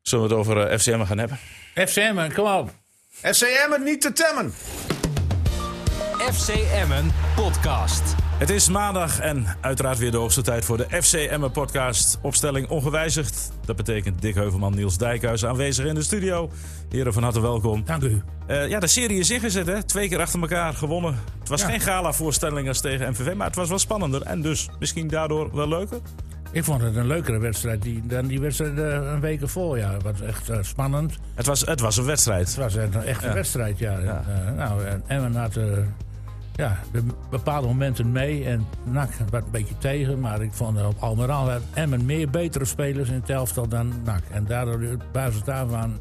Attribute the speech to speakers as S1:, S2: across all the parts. S1: Zullen we het over eh, FCM gaan hebben?
S2: FC Emmen, kom op.
S3: FC Emmen niet te temmen.
S4: FC Emmen podcast.
S1: Het is maandag en uiteraard weer de hoogste tijd voor de FC Emmen podcast. Opstelling ongewijzigd. Dat betekent Dick Heuvelman, Niels Dijkhuizen aanwezig in de studio. Heren, van harte welkom.
S2: Dank u.
S1: Eh, ja, de serie is ingezet hè. Twee keer achter elkaar gewonnen. Het was
S2: Ja.
S1: geen gala voorstelling als tegen MVV, maar het was wel spannender. En dus misschien daardoor wel leuker.
S2: Ik vond het een leukere wedstrijd die, dan die wedstrijd eh, een week ervoor. Ja, het was echt eh, spannend.
S1: Het was, het was een wedstrijd.
S2: Het was echt een echte wedstrijd, ja. En, eh, nou, en Emmen had eh, ja, de bepaalde momenten mee en NAC wat een beetje tegen. Maar ik vond eh, op Almeral had Emmen meer betere spelers in het elftal dan NAC. En daardoor, eh, op basis daarvan,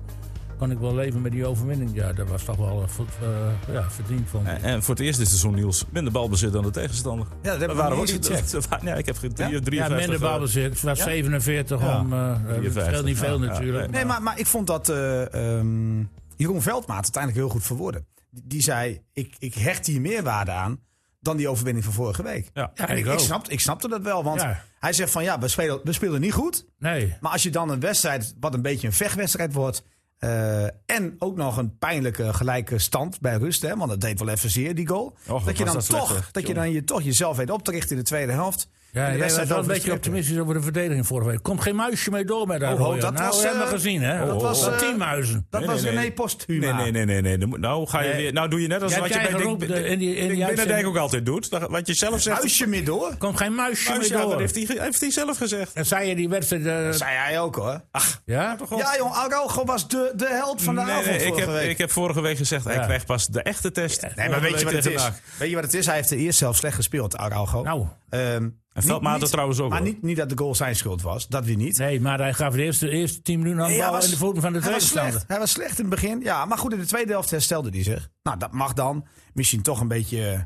S2: kon ik wel leven met die overwinning. Ja, dat was toch wel eh, vo- eh, ja, verdiend, vond ik.
S1: En- En voor het eerst dit seizoen, Niels, minder balbezit dan de tegenstander.
S5: dat heb ik
S1: We
S5: nog
S1: waren
S5: niet
S1: ook
S5: eens
S1: niet- we waren- Ja, ik heb geen drie,
S5: Ja,
S2: Ja,
S1: 53,
S2: minder
S1: eh,
S2: balbezit. Het was 47 om... eh, het scheelt
S1: 54,
S2: niet veel
S1: ja, ja.
S2: natuurlijk.
S5: Nee, maar, maar ik vond dat eh ehm, Jeroen Veldmaat uiteindelijk heel goed verwoordde. Die, die zei, ik, ik hecht hier meer waarde aan dan die overwinning van vorige week.
S1: Ja.
S2: Ja,
S5: En
S2: ik
S5: ik,
S2: ook.
S5: ik, snap, ik snapte dat wel, want
S2: Ja.
S5: hij zegt van ja, we spelen, we spelen niet goed.
S2: Nee.
S5: Maar als je dan een wedstrijd, wat een beetje een vechtwedstrijd wordt... eh, en ook nog een pijnlijke gelijke stand bij rust, hè, want dat deed wel even zeer, die goal.
S1: wat
S5: dat je
S1: was
S5: dan,
S1: dat slecht,
S5: toch,
S1: zeg.
S5: dat je dan je, toch jezelf weet op te richten in de tweede helft. En
S2: Ja,
S5: de
S2: jij was
S5: wedstrijd
S2: wel een
S5: over de
S2: beetje
S5: streep.
S2: optimistisch over de verdediging vorige week. Komt geen muisje mee door met dat
S5: Oh,
S2: rode.
S5: dat
S2: nou,
S5: was,
S2: we hebben
S5: eh,
S2: gezien, hè? Oh,
S5: dat was, eh,
S2: tien muizen.
S5: Dat
S1: Nee,
S5: was
S1: nee, nee.
S5: René Posthuma.
S1: Nee, nee, nee, nee, nee. Dan moet- Nou, ga je
S2: Nee.
S1: weer, nou doe je net als
S2: Jij
S1: wat je
S2: hebt jij
S1: bij Dick,
S2: geroepen de-
S5: eh,
S2: in die- in die
S1: Dick Binnendijk
S2: uitzending.
S1: ook altijd doet. Dat- Wat je zelf zegt.
S5: Huisje meer door.
S2: Komt geen muisje
S1: Huis- ja,
S2: mee
S1: dat
S2: door.
S1: heeft hij, ge- heeft hij zelf gezegd.
S2: En zei je die wedstrijd... eh,
S5: Zei hij ook hoor.
S2: ja, toch
S5: Ja, jong, Araujo was de, de held van de
S1: Nee,
S5: avond
S1: nee, ik,
S5: vorige
S1: heb,
S5: week.
S1: ik heb vorige week gezegd, hij
S2: Ja.
S1: krijgt pas de echte test.
S5: nee, maar weet je wat het
S1: Tegen
S5: is?
S1: NAC.
S5: Weet je wat het is? Hij heeft de eerst zelf slecht gespeeld, Araujo.
S2: Nou,
S5: Ehm, niet-
S1: Veldmaat
S5: niet-
S1: er trouwens ook,
S5: Maar
S1: hoor.
S5: niet, niet dat de goal zijn schuld was. Dat weer niet.
S2: nee, maar hij gaf de eerste, eerste tien minuten aan de
S5: Nee,
S2: bal in de voeten van de
S5: hij was
S2: tegenstander.
S5: slecht. Hij was slecht in het begin. Ja, maar goed, in de tweede helft herstelde hij zich. Nou, dat mag dan. Misschien toch een beetje eh,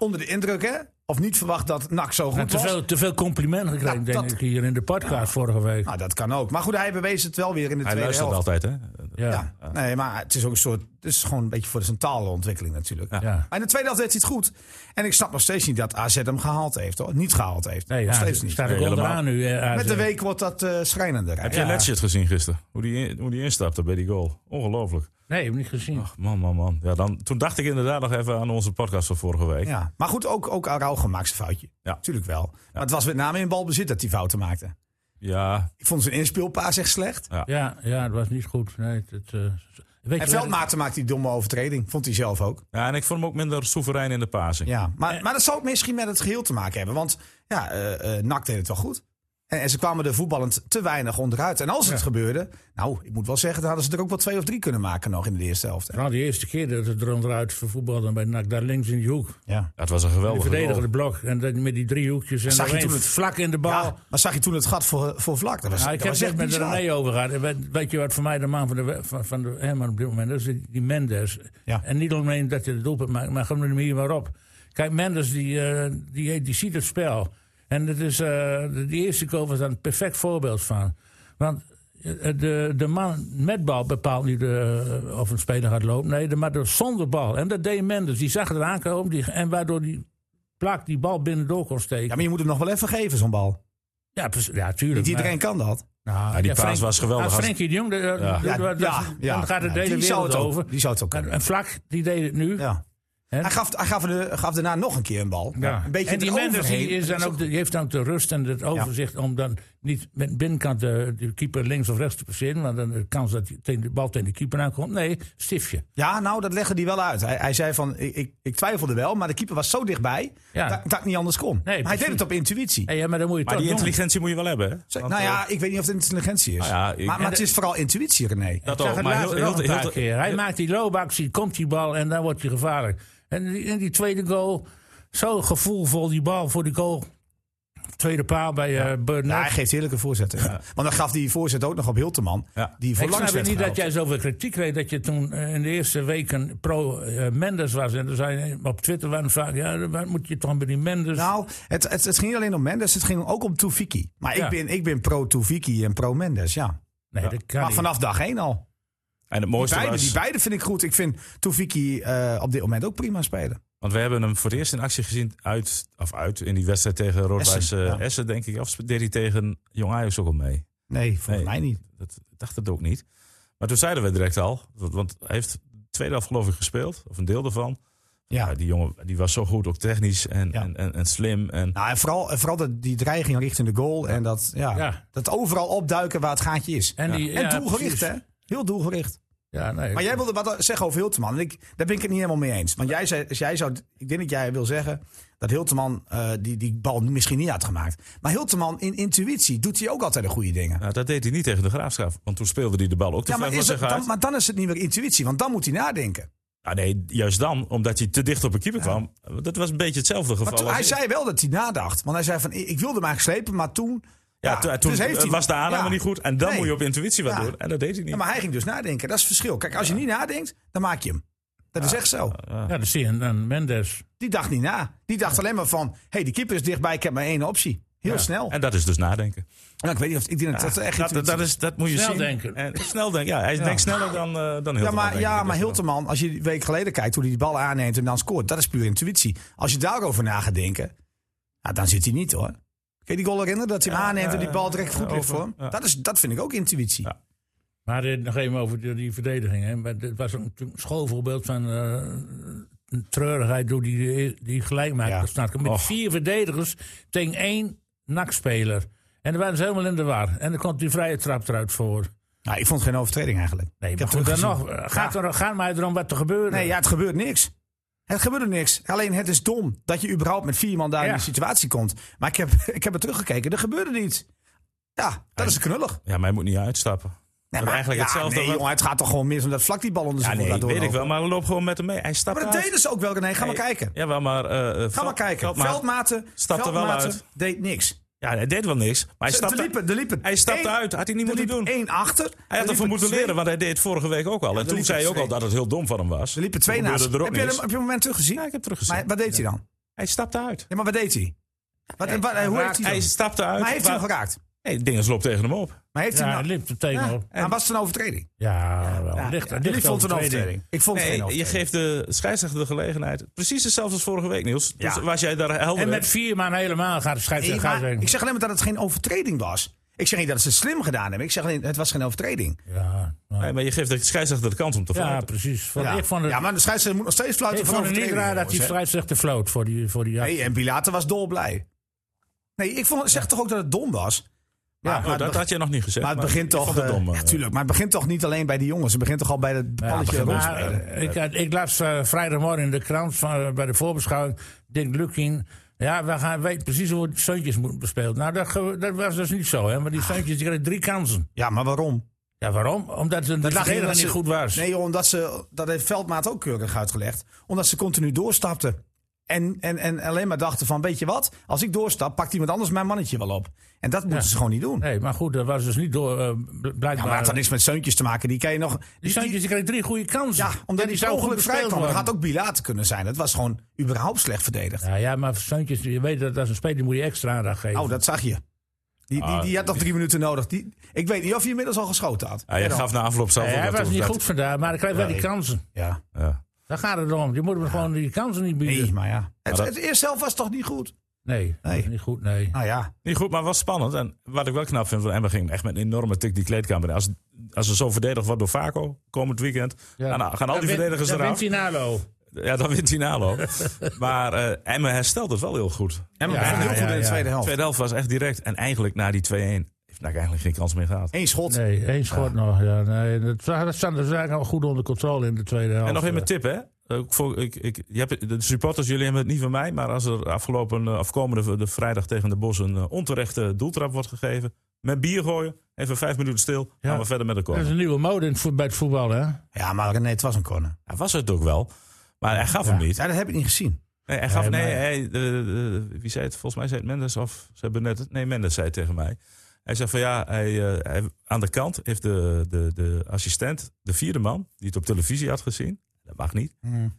S5: onder de indruk, hè? Of niet verwacht dat NAC zo
S2: En
S5: goed
S2: Te
S5: was.
S2: veel, te veel complimenten gekregen,
S5: Ja,
S2: denk
S5: dat-
S2: ik, hier in de podcast vorige week.
S5: Nou, dat kan ook. Maar goed, hij bewees het wel weer in de
S1: Hij
S5: tweede
S1: luistert
S5: helft.
S1: altijd, hè?
S2: Ja.
S5: Ja.
S2: Ja.
S1: Eh.
S5: nee, maar het is ook een soort. Het is gewoon een beetje voor zijn taalontwikkeling natuurlijk. Maar in de tweede helft deed hij het goed. En ik snap nog steeds niet dat AZ hem gehaald heeft. Hoor. Niet gehaald heeft.
S2: Nee,
S5: nog
S2: ja,
S5: steeds niet.
S2: staat ook
S1: Nee,
S2: onderaan nu. eh, AZ.
S5: Met de week wordt dat eh, schrijnender.
S1: Heb
S5: Ja.
S1: jij Letchit gezien gisteren? Hoe die, in- hoe die instapte bij die goal. Ongelooflijk.
S2: Nee, ik heb niet gezien.
S1: Ach, man, man, man. Ja, dan, toen dacht ik inderdaad nog even aan onze podcast van vorige week.
S5: Ja. Maar goed, ook, ook Araujo maakt zijn foutje.
S1: Ja.
S5: Natuurlijk wel. Maar het was met name in balbezit dat hij fouten maakte.
S1: ja
S5: Ik vond zijn inspeelpaas echt slecht.
S2: Ja, ja, het was niet goed. Nee, het, het, eh, weet
S5: En
S2: je wat-
S5: Veldmaten maakte die domme overtreding. Vond hij zelf ook.
S1: Ja, en ik vond hem ook minder soeverein in de passing.
S5: Ja.
S2: Eh.
S5: Maar, maar dat zou ook misschien met het geheel te maken hebben. Want ja, eh eh, NAC deed het wel goed. En, en ze kwamen er voetballend te weinig onderuit. En als het gebeurde, nou, ik moet wel zeggen, dan hadden ze er ook wel twee of drie kunnen maken nog in de eerste helft. hè.
S2: Vooral Nou, die eerste keer dat het er onderuit vervoetbalde bij NAC, daar links in die hoek.
S5: Ja.
S1: Ja, het was een
S2: Die
S1: geweldige goal.
S2: verdedigende blok. En dat, met die driehoekjes. En
S5: Zag je
S2: nog één
S5: toen het-
S2: vlak in de bal.
S5: Ja, maar zag je toen het gat voor, voor vlak? Dat was,
S2: Nou,
S5: dat
S2: ik heb
S5: was
S2: het
S5: echt
S2: met
S5: bizar.
S2: René over gehad. En Weet, weet je wat voor mij de man van de, we- van, van de Herman op dit moment is? Die, die Mendes.
S5: Ja.
S2: En niet alleen dat hij het doelpunt maakt, maar gewoon de manier waarop. Kijk, Mendes die, eh, die, die ziet het spel. En dat is, eh, de, die eerste goal was daar een perfect voorbeeld van. Want eh, de, de man met bal bepaalt niet de, of een speler gaat lopen. Nee, de, maar de zonder bal. En dat deed Mendes. Die zag het aankomen. Die, en waardoor die plak die bal binnendoor kon steken.
S5: Ja, maar je moet hem nog wel even geven, zo'n bal.
S2: Ja, precies. ja, tuurlijk.
S5: Niet
S2: maar-
S5: iedereen kan dat.
S2: nou,
S1: Ja, die paas was geweldig.
S2: Als Frenkie de Jong, de- de- de-
S5: Ja,
S2: de- de-
S5: ja, ja.
S2: dan gaat het
S5: Ja,
S2: deze
S5: die zou
S2: wereld
S5: het ook-
S2: over.
S5: die zou het ook
S2: En,
S5: kunnen.
S2: en Vlak, die deed het nu.
S5: Ja. Hij, gaf, hij gaf, de, gaf daarna nog een keer een bal.
S2: Ja.
S5: Een beetje
S2: en die Mendes die
S5: eroverheen.
S2: is dan ook de- die heeft dan ook de rust en het overzicht om dan niet met binnenkant de, de keeper links of rechts te passeren. Want dan de kans dat die tegen de bal tegen de keeper aankomt. Nee, stiftje.
S5: Ja, nou, dat legde hij wel uit. Hij, hij zei van, ik, ik, ik twijfelde wel, maar de keeper was zo dichtbij
S2: Ja.
S5: dat, dat ik niet anders kon. maar hij
S2: precies.
S5: deed het op intuïtie.
S2: Hey, ja, maar dan moet je
S1: Maar
S2: toch
S1: die
S2: doen.
S1: intelligentie moet je wel hebben, hè?
S5: Zeg,
S1: Want,
S5: nou
S1: eh,
S5: ja, ik weet niet of het intelligentie is.
S1: ja, ik-
S5: maar maar
S1: en
S5: het
S1: de-
S5: is vooral intuïtie, René.
S1: dat
S2: Ik zag
S1: ook.
S2: het
S1: Maar heel,
S2: later
S1: heel,
S2: nog een
S1: heel-
S2: paar keer. Hij maakt die loopactie, komt die bal en dan wordt hij gevaarlijk. En die, en die tweede goal, zo gevoelvol die bal voor die goal. Tweede paal bij eh Burnett.
S5: Ja, hij geeft heerlijke voorzetten. Want dan gaf die voorzet ook nog op Hilteman.
S1: Ja.
S5: Die voor
S2: Ik
S5: langs
S2: snap
S5: werd
S2: niet dat
S5: gehaald.
S2: jij zoveel kritiek kreeg dat je toen eh, in de eerste weken pro-Mendes was. En er zijn op Twitter waren vaak, ja, wat moet je dan bij die Mendes?
S5: Nou, het, het, het ging niet alleen om Mendes, het ging ook om Toefiki. Maar
S2: Ja.
S5: ik, ben, ik ben pro Toefiki en pro Mendes, ja.
S2: nee, dat kan
S5: Maar
S2: niet.
S5: vanaf dag één al.
S1: En het mooiste
S5: Beide,
S1: was...
S5: die beide vind ik goed. Ik vind Toefiki eh, op dit moment ook prima spelen.
S1: Want we hebben hem voor het eerst in actie gezien uit, of uit in die wedstrijd tegen Roodwijs
S5: Essen,
S1: eh,
S5: ja.
S1: Essen, denk ik. Of deed hij tegen Jong Ajax ook al mee?
S5: Nee, volgens
S1: Nee.
S5: mij niet.
S1: Dat ik dacht het ook niet. Maar toen zeiden we direct al, want- want hij heeft de tweede helft geloof ik gespeeld, of een deel daarvan. Ja.
S5: Ja.
S1: die jongen die was zo goed, ook technisch en,
S5: Ja.
S1: en, en, en slim. En,
S5: Nou, en vooral, en vooral dat, die dreiging richting de goal. En dat, ja,
S2: Ja.
S5: dat overal opduiken waar het gaatje is. En,
S2: En, die, ja,
S5: doelgericht,
S2: precies.
S5: hè? Heel doelgericht.
S2: Ja, nee.
S5: Maar jij wilde wat eh, zeggen over Hilteman. En ik, daar ben ik het niet helemaal mee eens. Want jij zei, als jij zou, ik denk dat jij wil zeggen dat Hilteman eh, die, die bal misschien niet had gemaakt. Maar Hilteman in intuïtie doet hij ook altijd de goede dingen.
S1: nou, dat deed hij niet tegen de graafschap, want toen speelde hij de bal ook te
S5: Ja,
S1: ver
S5: maar,
S1: van
S5: is
S1: zich
S5: het,
S1: uit.
S5: dan, maar dan is het niet meer intuïtie, want dan moet hij nadenken.
S1: Ah, nee, juist dan, omdat hij te dicht op een keeper kwam. Dat was een beetje hetzelfde geval.
S5: Maar toen,
S1: als
S5: hij
S1: hier.
S5: zei wel dat hij nadacht. Want hij zei van, ik ik wilde hem eigenlijk slepen, maar toen...
S1: ja, to- toen
S5: dus heeft hij-
S1: was de aanname
S5: ja.
S1: niet goed en dan
S5: Nee.
S1: moet je op intuïtie wat
S5: Ja.
S1: doen. En dat deed hij niet.
S5: Ja, maar hij ging dus nadenken. Dat is het verschil. Kijk, als je niet nadenkt, dan maak je hem. Dat is echt zo.
S2: Ja, dat zie je aan- aan Mendes.
S5: Die dacht niet na. Die dacht alleen maar van, hey, die keeper is dichtbij, ik heb maar één optie. Heel snel.
S1: En dat is dus nadenken.
S5: Nou, ik weet niet of ik denk dat dat echt
S1: Dat, dat,
S5: intuïtie-
S1: dat is, dat moet je
S2: Snel
S1: zien.
S2: denken.
S1: En, snel denken. Ja, hij denkt sneller dan, eh dan Hilterman.
S5: Ja, maar,
S1: denk ik.
S5: ja,
S1: Dat
S5: maar
S1: is wel-
S5: Hilterman, als je een week geleden kijkt hoe hij die bal aanneemt en dan scoort, dat is puur intuïtie. Als je daarover na gaat denken, ja, dan zit hij niet hoor. Kun je die goal herinneren dat hij hem aanneemt en die bal direct goed ligt voor hem? Dat, is, dat vind ik ook intuïtie.
S1: Ja.
S2: Maar dit, nog even over die, die verdediging. Hè. Maar dit was een t- schoolvoorbeeld van eh, een treurigheid door die, eh, die gelijk maakte.
S5: Ja.
S2: snap ik. Met
S1: Och.
S2: vier verdedigers tegen één nakspeler. En dan waren ze helemaal in de war. En dan komt die vrije trap eruit voor.
S5: Nou, ik vond het geen overtreding eigenlijk.
S2: Nee,
S5: ik
S2: maar goed, dan
S5: teruggezien.
S2: nog. eh, Gaat,
S5: Ja.
S2: er, gaat mij erom wat er gebeurde.
S5: Nee, ja, het gebeurt niks. Het gebeurde niks. Alleen het is dom dat je überhaupt met vier man daar in
S2: Ja.
S5: die situatie komt. Maar ik heb, ik heb er teruggekeken, er gebeurde niets. Ja, dat is knullig.
S1: Ja, maar hij moet niet uitstappen.
S5: Nee,
S1: Dat eigenlijk
S5: ja,
S1: hetzelfde
S5: Nee,
S1: wat-
S5: jongen, het gaat toch gewoon mis omdat vlak die bal onder
S1: Ja,
S5: zijn voet
S1: nee,
S5: laat
S1: weet ik
S5: doorlopen.
S1: wel. Maar loop gewoon met hem mee. Hij stapt
S5: Maar dat
S1: uit.
S5: deden ze ook wel, René. Ga maar
S1: Nee.
S5: kijken.
S1: Ja, wel, maar... eh, eh,
S5: Ga maar
S1: Veld-
S5: kijken.
S1: Veldmaat-
S5: Veldmaten,
S1: Stapte wel
S5: Veldmaten
S1: uit.
S5: deed niks.
S1: Ja, hij deed wel niks. Maar hij
S5: Ze-
S1: stapte,
S5: er liepen, er liepen
S1: hij stapte
S5: één-
S1: uit. Had hij niet
S5: er
S1: moeten
S5: liepen
S1: doen.
S5: één achter.
S1: Hij had ervan
S5: liepen
S1: moeten
S5: twee-
S1: leren, want hij deed het vorige week ook al. En toen
S5: liepen
S1: zei je ook
S5: twee.
S1: al dat het heel dom van hem was.
S5: Er liepen twee
S1: Toen
S5: naast.
S1: gebeurde
S5: Heb
S1: er ook
S5: je hem
S1: niks.
S5: op je moment teruggezien?
S1: Ja, ik heb teruggezien.
S5: Maar wat deed hij dan?
S1: Hij stapte uit.
S5: Ja, maar wat deed hij? Wat, wat- hoe heeft hij
S1: Hij
S5: dan?
S1: stapte uit.
S5: Maar heeft hij
S1: waar-
S5: hem geraakt?
S1: Nee, Dingens loopt tegen hem op.
S5: Maar heeft hij
S2: Ja,
S5: hem
S2: hij
S5: nou-
S2: liep er tegenop.
S5: Ja, maar was het een overtreding?
S2: Ja, wel.
S5: Ja,
S2: licht,
S5: ja,
S2: licht
S5: jullie vonden het een
S2: overtreding.
S5: overtreding. Ik vond het geen
S1: Nee, je
S5: overtreding.
S1: geeft de scheidsrechter de gelegenheid. Precies hetzelfde als vorige week, Niels. Dus
S5: Ja.
S1: was jij daar helder
S2: En
S1: in?
S2: met vier man helemaal gaat de
S5: Nee,
S2: scheidsrechter
S5: maar
S2: gaat zeggen.
S5: ik zeg alleen maar dat het geen overtreding was. Ik zeg niet dat ze het slim gedaan hebben. Ik zeg alleen, het was geen overtreding.
S2: Ja, nou,
S1: Nee, maar je geeft de scheidsrechter de kans om te
S2: ja,
S1: fluiten.
S2: precies. Want
S5: ja.
S2: Ik vond het,
S5: ja, maar de scheidsrechter moet nog steeds fluiten
S2: ik
S5: van
S2: vond het niet
S5: overtreding,
S2: raar dat die
S5: jongens, hè.
S2: scheidsrechter floot voor die, voor die actie.
S5: Nee, en Pilater was dolblij. Nee, ik vond, zeg toch ook dat het dom was? Maar,
S1: Oh,
S5: maar het
S1: dat
S5: be-
S1: had je nog niet gezegd.
S5: maar het begint
S1: ik
S5: toch...
S1: vond het
S5: eh,
S1: dom, eh.
S5: ja, tuurlijk, maar het begint toch niet alleen bij die jongens. Het begint toch al bij het balletje
S2: Ja, maar,
S5: rondspelen.
S2: eh, ik, had- ik las eh, vrijdagmorgen in de krant van, eh, bij de voorbeschouwing. Dick Lukin. Ja, we gaan, weten precies hoe het zoontjes moeten bespeeld. Nou, dat, ge- dat was dus niet zo, hè? Maar
S5: Ah.
S2: die zoontjes die kregen drie kansen.
S5: Ja, maar waarom?
S2: Ja, waarom? Omdat de
S5: lag
S2: verdediger
S5: omdat
S2: niet
S5: ze-
S2: goed was.
S5: Nee, joh, omdat ze, dat heeft Veldmaat ook keurig uitgelegd. Omdat ze continu doorstapten. En, en, en alleen maar dachten van, weet je wat? Als ik doorstap, pakt iemand anders mijn mannetje wel op. En dat moeten ze gewoon niet doen.
S2: Nee, maar goed, dat was dus niet door, eh, bl- blijkbaar.
S5: Ja, maar het had niks met zeuntjes te maken. Die kan je nog...
S2: die
S5: die-
S2: zoontjes die kregen drie goede kansen.
S5: ja, omdat
S2: die
S5: die per
S2: zouden
S5: ongeluk
S2: goed
S5: vrij
S2: bespeeld
S5: kwam. Dat
S2: worden.
S5: had ook Bilater kunnen zijn. Dat was gewoon überhaupt slecht verdedigd.
S2: Ja, ja, maar Seuntjes, je weet dat als een speler die moet je extra aandacht geven.
S5: Oh, dat zag je. Die, die,
S1: Ah,
S5: die had nog drie minuten nodig. Die, ik weet niet of hij inmiddels al geschoten had.
S1: Hij
S5: Ja,
S1: gaf na afloop zelf
S2: Nee,
S1: ook
S2: hij
S1: wel
S2: was
S1: toe
S2: niet
S1: dat-
S2: goed vandaag, maar hij krijgt wel die kansen.
S5: Ja.
S1: Ja.
S2: Daar gaat het om. Je moet hem gewoon die kansen niet bieden.
S5: Nee,
S2: Nee,
S5: maar ja. Het,
S1: dat-
S5: het eerste helft was toch niet goed?
S2: dat is niet goed, nee.
S5: Nou ja.
S1: Niet goed, maar was spannend. En wat ik wel knap vind van Emma ging echt met een enorme tik die kleedkamer. in. Als, als ze zo verdedigd wordt door Vaco komend weekend,
S2: Ja.
S1: nou, gaan al die
S2: Dan win-
S1: verdedigers
S2: dan
S1: eraf.
S2: wint hij Nalo.
S1: Ja, dan wint hij Nalo. maar eh Emma herstelt het wel heel goed.
S5: En we
S2: Ja,
S5: begonnen heel
S2: ja,
S5: goed in de
S2: ja.
S5: tweede
S1: De
S5: helft.
S1: tweede helft was echt direct. En eigenlijk na die 2-1 heeft Nak eigenlijk geen kans meer gehad.
S5: Eén schot.
S2: Nee, één schot nog. Ja, nee, dat, dat staan de zaken al goed onder controle in de tweede helft.
S1: En nog even een tip, hè? Ook voor, ik, ik, je hebt, de supporters, jullie hebben het niet van mij, maar als er afgelopen eh, of komende de vrijdag tegen de Bos een eh, onterechte doeltrap wordt gegeven, met bier gooien, even vijf minuten stil, gaan we verder met de
S2: Dat is
S1: corner.
S2: een nieuwe mode in het voet- bij het voetbal, hè?
S5: Ja, maar René, het was een corner.
S1: Hij was het ook wel, maar hij gaf hem niet.
S5: Ja, dat heb ik niet gezien.
S1: Nee, hij gaf,
S2: Nee,
S1: nee,
S2: maar-
S1: hij, eh, eh, wie zei het? Volgens mij zei het Mendes of ze hebben net, nee, Mendes zei het tegen mij. Hij zei van ja, hij, eh, hij- aan de kant heeft de, de, de assistent, de vierde man, die het op televisie had gezien. Dat mag niet.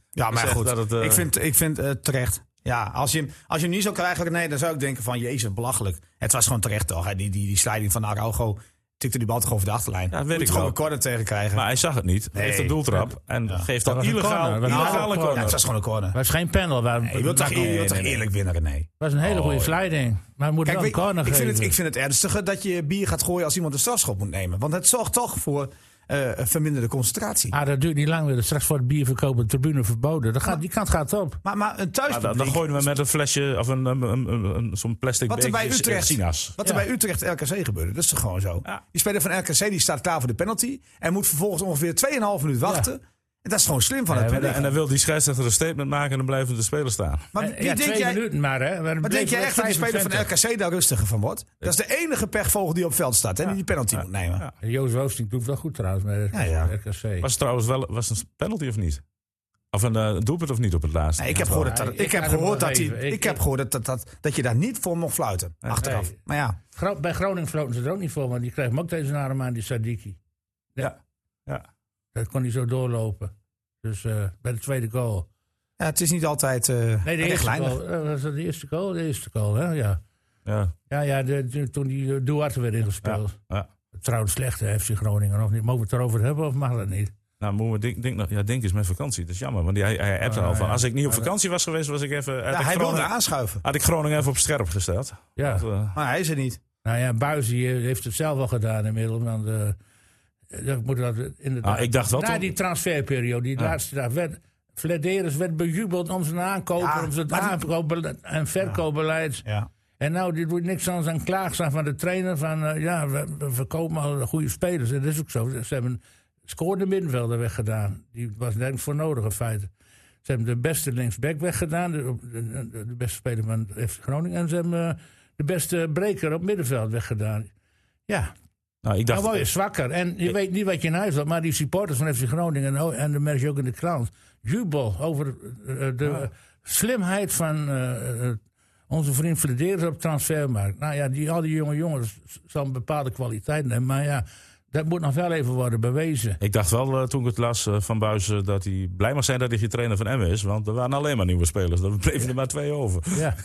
S5: Ja, maar
S1: Zegt
S5: goed.
S1: dat het, eh,
S5: Ik vind, ik vind eh, terecht. Ja, als je, hem- als je hem niet zou krijgen, René, dan zou ik denken van... Jezus, belachelijk. Het was gewoon terecht, toch? hè? Die, die, die sliding van Araujo. tikte die bal toch over de achterlijn.
S1: Ja, weet
S5: Moet je
S1: ik
S5: gewoon
S1: wel.
S5: een corner tegen krijgen.
S1: Maar hij zag het niet. Hij
S5: Nee.
S1: heeft een doeltrap. En geeft dan
S2: Dat was een
S1: illegaal,
S2: corner. Dat was
S1: illegaal
S2: een
S1: een
S5: ja,
S1: corner.
S5: het was gewoon een corner.
S2: was geen panel. Waar,
S5: Nee, je wilt toch,
S2: dat
S5: je wilt toch eerlijk winnen, René?
S2: was een hele goede sliding. Maar het moet
S5: Kijk,
S2: wel een
S5: weet-
S2: corner
S5: ik, vind het,
S2: geven.
S5: ik vind het ernstiger dat je bier gaat gooien als iemand een strafschop moet nemen. Want het zorgt toch voor eh, verminderde concentratie.
S2: Ah, dat duurt niet lang weer. Straks wordt bier verkopen, tribune verboden. Dat gaat, die kant gaat op.
S5: Maar, maar een
S1: Maar dan,
S5: thuispubliek...
S1: dan gooiden we met een flesje of een, een, een, een- een- zo'n plastic
S5: wat er bij
S1: bekertje
S5: Utrecht,
S1: Sinaas.
S5: wat er
S2: Ja.
S5: bij Utrecht RKC gebeurde, dat is toch gewoon zo.
S1: Ja.
S5: Die speler van RKC die staat klaar voor de penalty en moet vervolgens ongeveer 2,5 minuut wachten. En dat is gewoon slim van het
S1: En, dan-
S5: publiek.
S1: en dan wil die scheidsrechter een statement maken en dan blijven de spelers staan.
S5: Maar
S2: Eh,
S5: wie
S2: ja,
S5: denk
S2: twee
S5: jij...
S2: minuten maar, hè.
S5: Maar denk jij echt dat die speler van RKC daar rustiger van wordt? Dat is de enige pechvogel die op het veld staat en die die penalty moet nemen.
S1: Ja.
S2: Joost Roosting doet wel goed trouwens met
S5: Ja, ja.
S2: RKC.
S1: Was het trouwens wel was het een penalty of niet? Of een eh, doelpunt of niet op het laatste?
S5: Nee, ik heb gehoord dat, dat-
S2: ik
S5: ik heb
S2: ga hem
S5: gehoord
S2: wel
S5: dat, die,
S2: geven. Ik-
S5: ik heb
S2: ik-
S5: gehoord dat, dat, dat, dat je daar niet voor mocht fluiten. Achteraf.
S2: Nee.
S5: Maar ja,
S2: Gro- bij Groningen floten ze er ook niet voor, want die kreeg hem ook deze arm aan, die Sadiki.
S1: Ja. Ja.
S2: Dat kon hij zo doorlopen. Dus eh, bij de tweede goal.
S5: ja het is niet altijd eh
S2: Nee, de eerste
S5: rechtlijnig.
S2: goal. Eh, was dat de eerste goal? De eerste goal, hè? Ja,
S1: Ja.
S2: ja, ja de- de- toen die eh, Duarte werd ingespeeld.
S1: ja.
S2: Trouwens, slecht hè, FC Groningen, of niet? Mogen we het erover hebben of mag dat niet?
S1: Nou, moeten we Dink, Dink nog- ja, Dink is met vakantie. Dat is jammer. Want die, hij, hij appte
S2: Ah,
S1: al van.
S2: ja.
S1: Als ik niet op vakantie was geweest, was ik even. Had,
S5: Ja,
S1: ik,
S5: hij wilde
S1: Groningen,
S5: aanschuiven,
S1: had ik Groningen even op scherp gesteld.
S2: Ja.
S1: Want, eh,
S5: maar hij is er niet.
S2: Nou ja, Buis die, eh, heeft het zelf al gedaan inmiddels. Want, eh, dat moet dat inderdaad.
S1: Ah, ik dacht wel
S2: Na
S1: toen-
S2: Nou, die transferperiode, die laatste dag, werd Flederis werd bejubeld om zijn aankopen,
S5: Ja,
S2: om zijn
S5: maar die-
S2: aankoopbeleid en verkoopbeleid.
S5: Ja.
S2: En nou, die doet niks anders dan klaagzang van de trainer. Van eh, ja, we, we verkopen al goede spelers. En dat is ook zo. Ze hebben scoorde middenvelder weggedaan. Die was nergens voor nodig in feite. Ze hebben de beste linksback weggedaan. De, de, de- de beste speler van FC Groningen. En ze hebben eh, de beste breker op middenveld weggedaan. Ja,
S1: nou, ik
S2: dan
S1: dacht.
S5: eh,
S2: word je zwakker. En je weet niet wat je in huis had. Maar die supporters van FC Groningen. En, en dat merk je ook in de krant. Jubel over eh, de
S5: Ah.
S2: slimheid van eh, eh, onze vriend Flederis op transfermarkt. Nou ja, die, al die jonge jongens zal een bepaalde kwaliteit hebben. Maar ja, dat moet nog wel even worden bewezen.
S1: Ik dacht wel eh, toen ik het las eh, van Buizen dat hij blij mag zijn dat hij geen trainer van Emmen is. Want er waren alleen maar nieuwe spelers. Er bleven er maar twee over.
S2: Ja.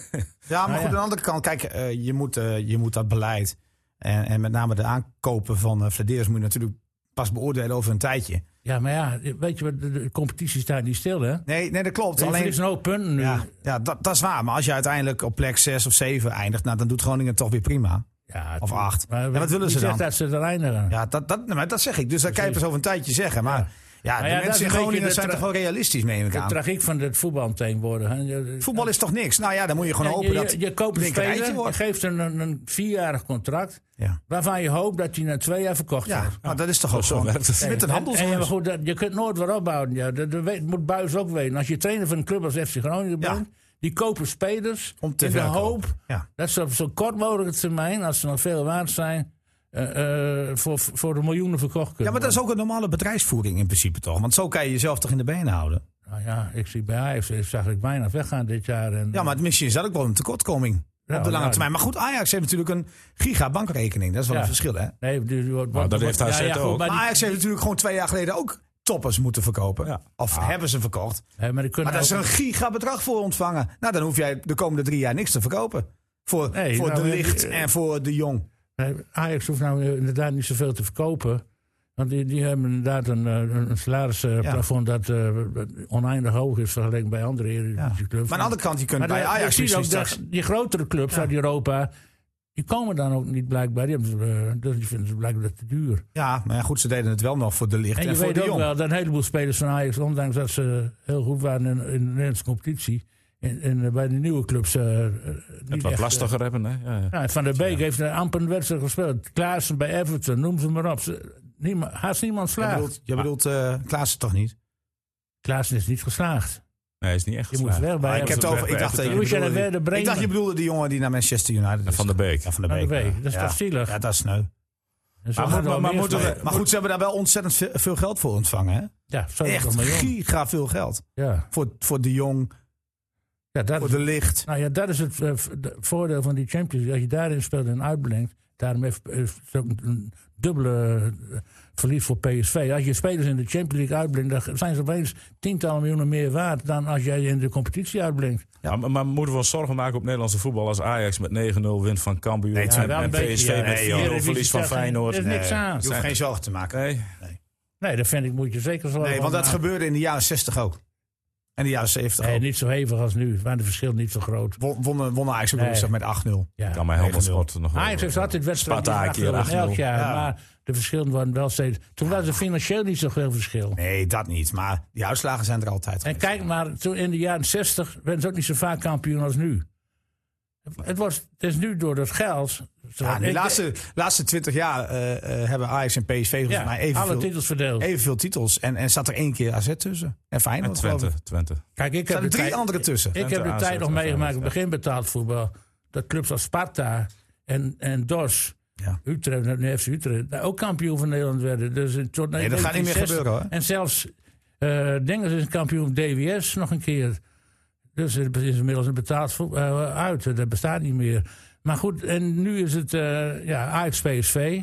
S5: Ja,
S2: Nou
S5: maar goed, aan
S2: ja.
S5: de andere kant, kijk, eh, je, moet, eh, je moet dat beleid en, en met name de aankopen van eh Vladeers moet je natuurlijk pas beoordelen over een tijdje.
S2: ja, maar ja, weet je wat? De, de competitie staat niet stil, hè?
S5: Nee, nee dat klopt.
S2: Alleen
S5: Alleen,
S2: is een hoop punten nu.
S5: ja,
S2: Ja,
S5: ja dat, dat is waar. Maar als je uiteindelijk op plek 6 of 7 eindigt, nou, dan doet Groningen het toch weer prima. Of acht.
S2: Maar,
S5: En wat willen
S2: wie
S5: ze
S2: zegt
S5: dan?
S2: dat ze er eindigen.
S5: Ja, dat, dat, nou, maar dat zeg ik. Dus dat kan je pas over een tijdje zeggen. Maar ja,
S2: Maar ja,
S5: de
S2: dat is
S5: mensen in
S2: een beetje
S5: Groningen
S2: de
S5: zijn
S2: tra-
S5: toch wel realistisch, neem ik
S2: De
S5: aan.
S2: tragiek van het voetbal tegenwoordig. hè.
S5: Voetbal is toch niks? Nou ja, dan moet je gewoon
S2: Ja,
S5: hopen
S2: je,
S5: dat
S2: je, je koopt een
S5: het linker rijtje
S2: speler, je
S5: wordt.
S2: geeft een, een, een vierjarig contract...
S5: Ja.
S2: waarvan je hoopt dat hij na twee jaar verkocht
S5: Ja,
S2: wordt.
S5: maar dat is toch ook zo.
S1: werkt het.
S5: Met een
S2: En- en, ja, maar
S5: handelsvorm.
S2: goed, dat, je kunt nooit weer opbouwen. Ja. Dat, dat weet- moet Buis ook weten. Als je trainer van een club als FC Groningen
S5: Ja.
S2: bent... die kopen spelers
S5: Om te
S2: in de
S5: verkopen.
S2: hoop...
S5: Ja.
S2: dat ze op zo kort mogelijke termijn... als ze nog veel waard zijn... eh, eh, voor, voor de miljoenen verkocht kunnen
S5: Ja, maar dat is ook een normale bedrijfsvoering in principe toch? Want zo kan je jezelf toch in de benen houden?
S2: worden. Nou ja, ik zie bij Ajax... eh, zag ik weinig weggaan dit jaar. En,
S5: Ja, maar misschien is dat ook wel een tekortkoming op de
S2: nou,
S5: lange termijn. Maar goed, Ajax heeft natuurlijk een gigabankrekening. Dat is wel
S2: Ja.
S5: een verschil, hè?
S2: Nee, die- die wordt-
S1: Nou, dat heeft AZ
S2: ja, ja, goed,
S1: ook.
S2: Maar,
S5: Maar
S2: die-
S5: Ajax heeft natuurlijk gewoon twee jaar geleden ook toppers moeten verkopen.
S1: Ja.
S5: Of hebben ze verkocht.
S2: hè, maar die kunnen
S5: Maar daar is
S2: Ah. ook-
S5: een gigabedrag voor ontvangen. Nou, dan hoef jij de komende drie jaar niks te verkopen. Voor,
S2: Nee,
S5: voor
S2: nou,
S5: de
S2: eh,
S5: licht
S2: eh,
S5: en voor de jong.
S2: Nee, Ajax hoeft nou inderdaad niet zoveel te verkopen. Want die, die hebben inderdaad een, eh, een, een salarisplafond dat eh, oneindig hoog is vergeleken bij andere eredivisieclubs.
S5: Maar aan de andere kant, je kunt
S2: Maar
S5: bij
S2: de-
S5: Ajax
S2: je ziet
S5: misschien
S2: ook dat
S5: straks...
S2: die grotere clubs uit Europa, die komen dan ook niet blijkbaar. Die, hebben, ze, eh, dus die vinden ze blijkbaar te duur.
S5: Ja, maar ja, goed, ze deden het wel nog voor de licht
S2: En,
S5: en,
S2: je
S5: voor
S2: weet
S5: de
S2: ook
S5: jong.
S2: wel dat een heleboel spelers van Ajax, ondanks dat ze heel goed waren in, in de Nederlandse competitie, en, en bij de nieuwe clubs eh, eh, niet
S1: Het wat
S2: echt, eh,
S1: lastiger hebben. Hè? Ja, ja.
S2: Nou, van der Beek heeft eh, amper een wedstrijd gespeeld. Klaassen bij Everton, noem ze maar op. Ze- niema- haast niemand
S5: Je
S2: slaagt.
S5: bedoelt, je bedoelt eh, Klaassen toch niet?
S2: Klaassen is niet geslaagd.
S1: Nee, is niet echt.
S2: Je moet
S1: geslaagd.
S2: weg bij
S5: Ah, ik, heb het
S2: Everton.
S5: over, ik, dacht dat je
S2: Moest je
S5: bedoelde
S2: naar
S5: die-
S2: eh, Werder Bremen?
S5: ik dacht je bedoelde die jongen die naar Manchester United is.
S1: Van der Beek.
S5: Ja, van de
S2: Van der
S5: Beek.
S2: Beek.
S5: ja.
S2: Dat is
S5: ja.
S2: toch zielig?
S5: Ja, dat is sneu.
S2: En zo
S1: Maar
S2: gaan
S1: moet-
S2: er wel
S1: maar
S2: meer
S1: moeten we-
S2: spelers.
S5: Maar goed, ze hebben daar wel ontzettend ve- veel geld voor ontvangen. Hè?
S2: Ja, zo
S5: Echt giga veel geld.
S2: Ja.
S5: Voor, voor de jong,
S2: Ja, dat
S5: voor
S2: is,
S5: de licht.
S2: nou ja, dat is het eh, v- de- voordeel van die Champions League. Als je daarin speelt en uitblinkt, Daarom heeft, is het ook een- een dubbele eh, verlies voor PSV. Als je spelers in de Champions League uitblinkt, dan zijn ze opeens tientallen miljoenen meer waard dan als jij in de competitie uitblinkt.
S1: Ja, maar, maar moeten we ons zorgen maken op Nederlandse voetbal als Ajax met 9-0 wint van Cambuur
S5: Nee,
S1: en,
S5: tuurlijk.
S2: Wel
S1: en
S2: een beetje,
S1: PSV
S2: ja.
S1: met 4-0
S2: Nee, joh.
S1: verlies van
S2: Er is
S1: Feyenoord?
S2: niks
S1: Nee.
S2: aan.
S5: Je hoeft geen zorgen te maken.
S1: Nee.
S2: Nee, dat vind ik, moet je zeker zo.
S5: Nee, want dat
S2: gebeurt.
S5: gebeurde in de jaren 60 ook. En de jaren 70
S2: Nee,
S5: ook.
S2: niet zo hevig als nu. Waren de verschil niet zo groot.
S5: Won- Wonnen won Ajax ook
S2: Nee.
S5: nog eens met 8-0.
S2: Ja.
S1: Kan mij helemaal
S5: 9-0.
S1: sporten nog wel.
S2: Ajax heeft altijd wedstrijden die
S1: Sparta een keer
S2: achter elkaar
S1: 8-0.
S2: elk jaar.
S5: Ja.
S2: Maar de verschillen worden wel steeds. Toen was er financieel niet zoveel verschil.
S5: Nee, dat niet. Maar die uitslagen zijn er altijd
S2: En
S5: geweest.
S2: kijk maar, toen in de jaren 60 werden ze ook niet zo vaak kampioen als nu. Het, was, het is nu door dat geld.
S5: Ja, de
S2: Ik-
S5: laatste, laatste 20 jaar eh, eh, hebben Ajax en PSV volgens
S2: ja,
S5: mij
S2: alle
S5: evenveel,
S2: titels verdeeld.
S5: evenveel titels. En, en zat er één keer AZ tussen. En
S1: En
S5: Feyenoord.
S1: Twente,
S5: geloof ik.
S1: Twente.
S2: Kijk, ik
S5: Er
S2: heb
S5: zaten
S2: de
S5: drie
S2: tijd-
S5: andere tussen.
S2: Ik heb
S1: Twente,
S2: de
S1: AZ
S2: tijd nog
S1: en
S2: meegemaakt, het
S1: Feyenoord,
S2: begin betaald voetbal. Dat clubs als Sparta en, en DOS,
S5: Ja.
S2: Utrecht, nou, nee, FC Utrecht, daar ook kampioen van Nederland werden. Dus in- tot
S5: Nee, dat gaat niet meer
S2: 1960.
S5: gebeuren, hoor.
S2: En zelfs eh Dingers is kampioen DWS nog een keer. Dus het is inmiddels een betaald voet- eh, uit, dat bestaat niet meer. Maar goed, en nu is het eh ja, Ajax PSV.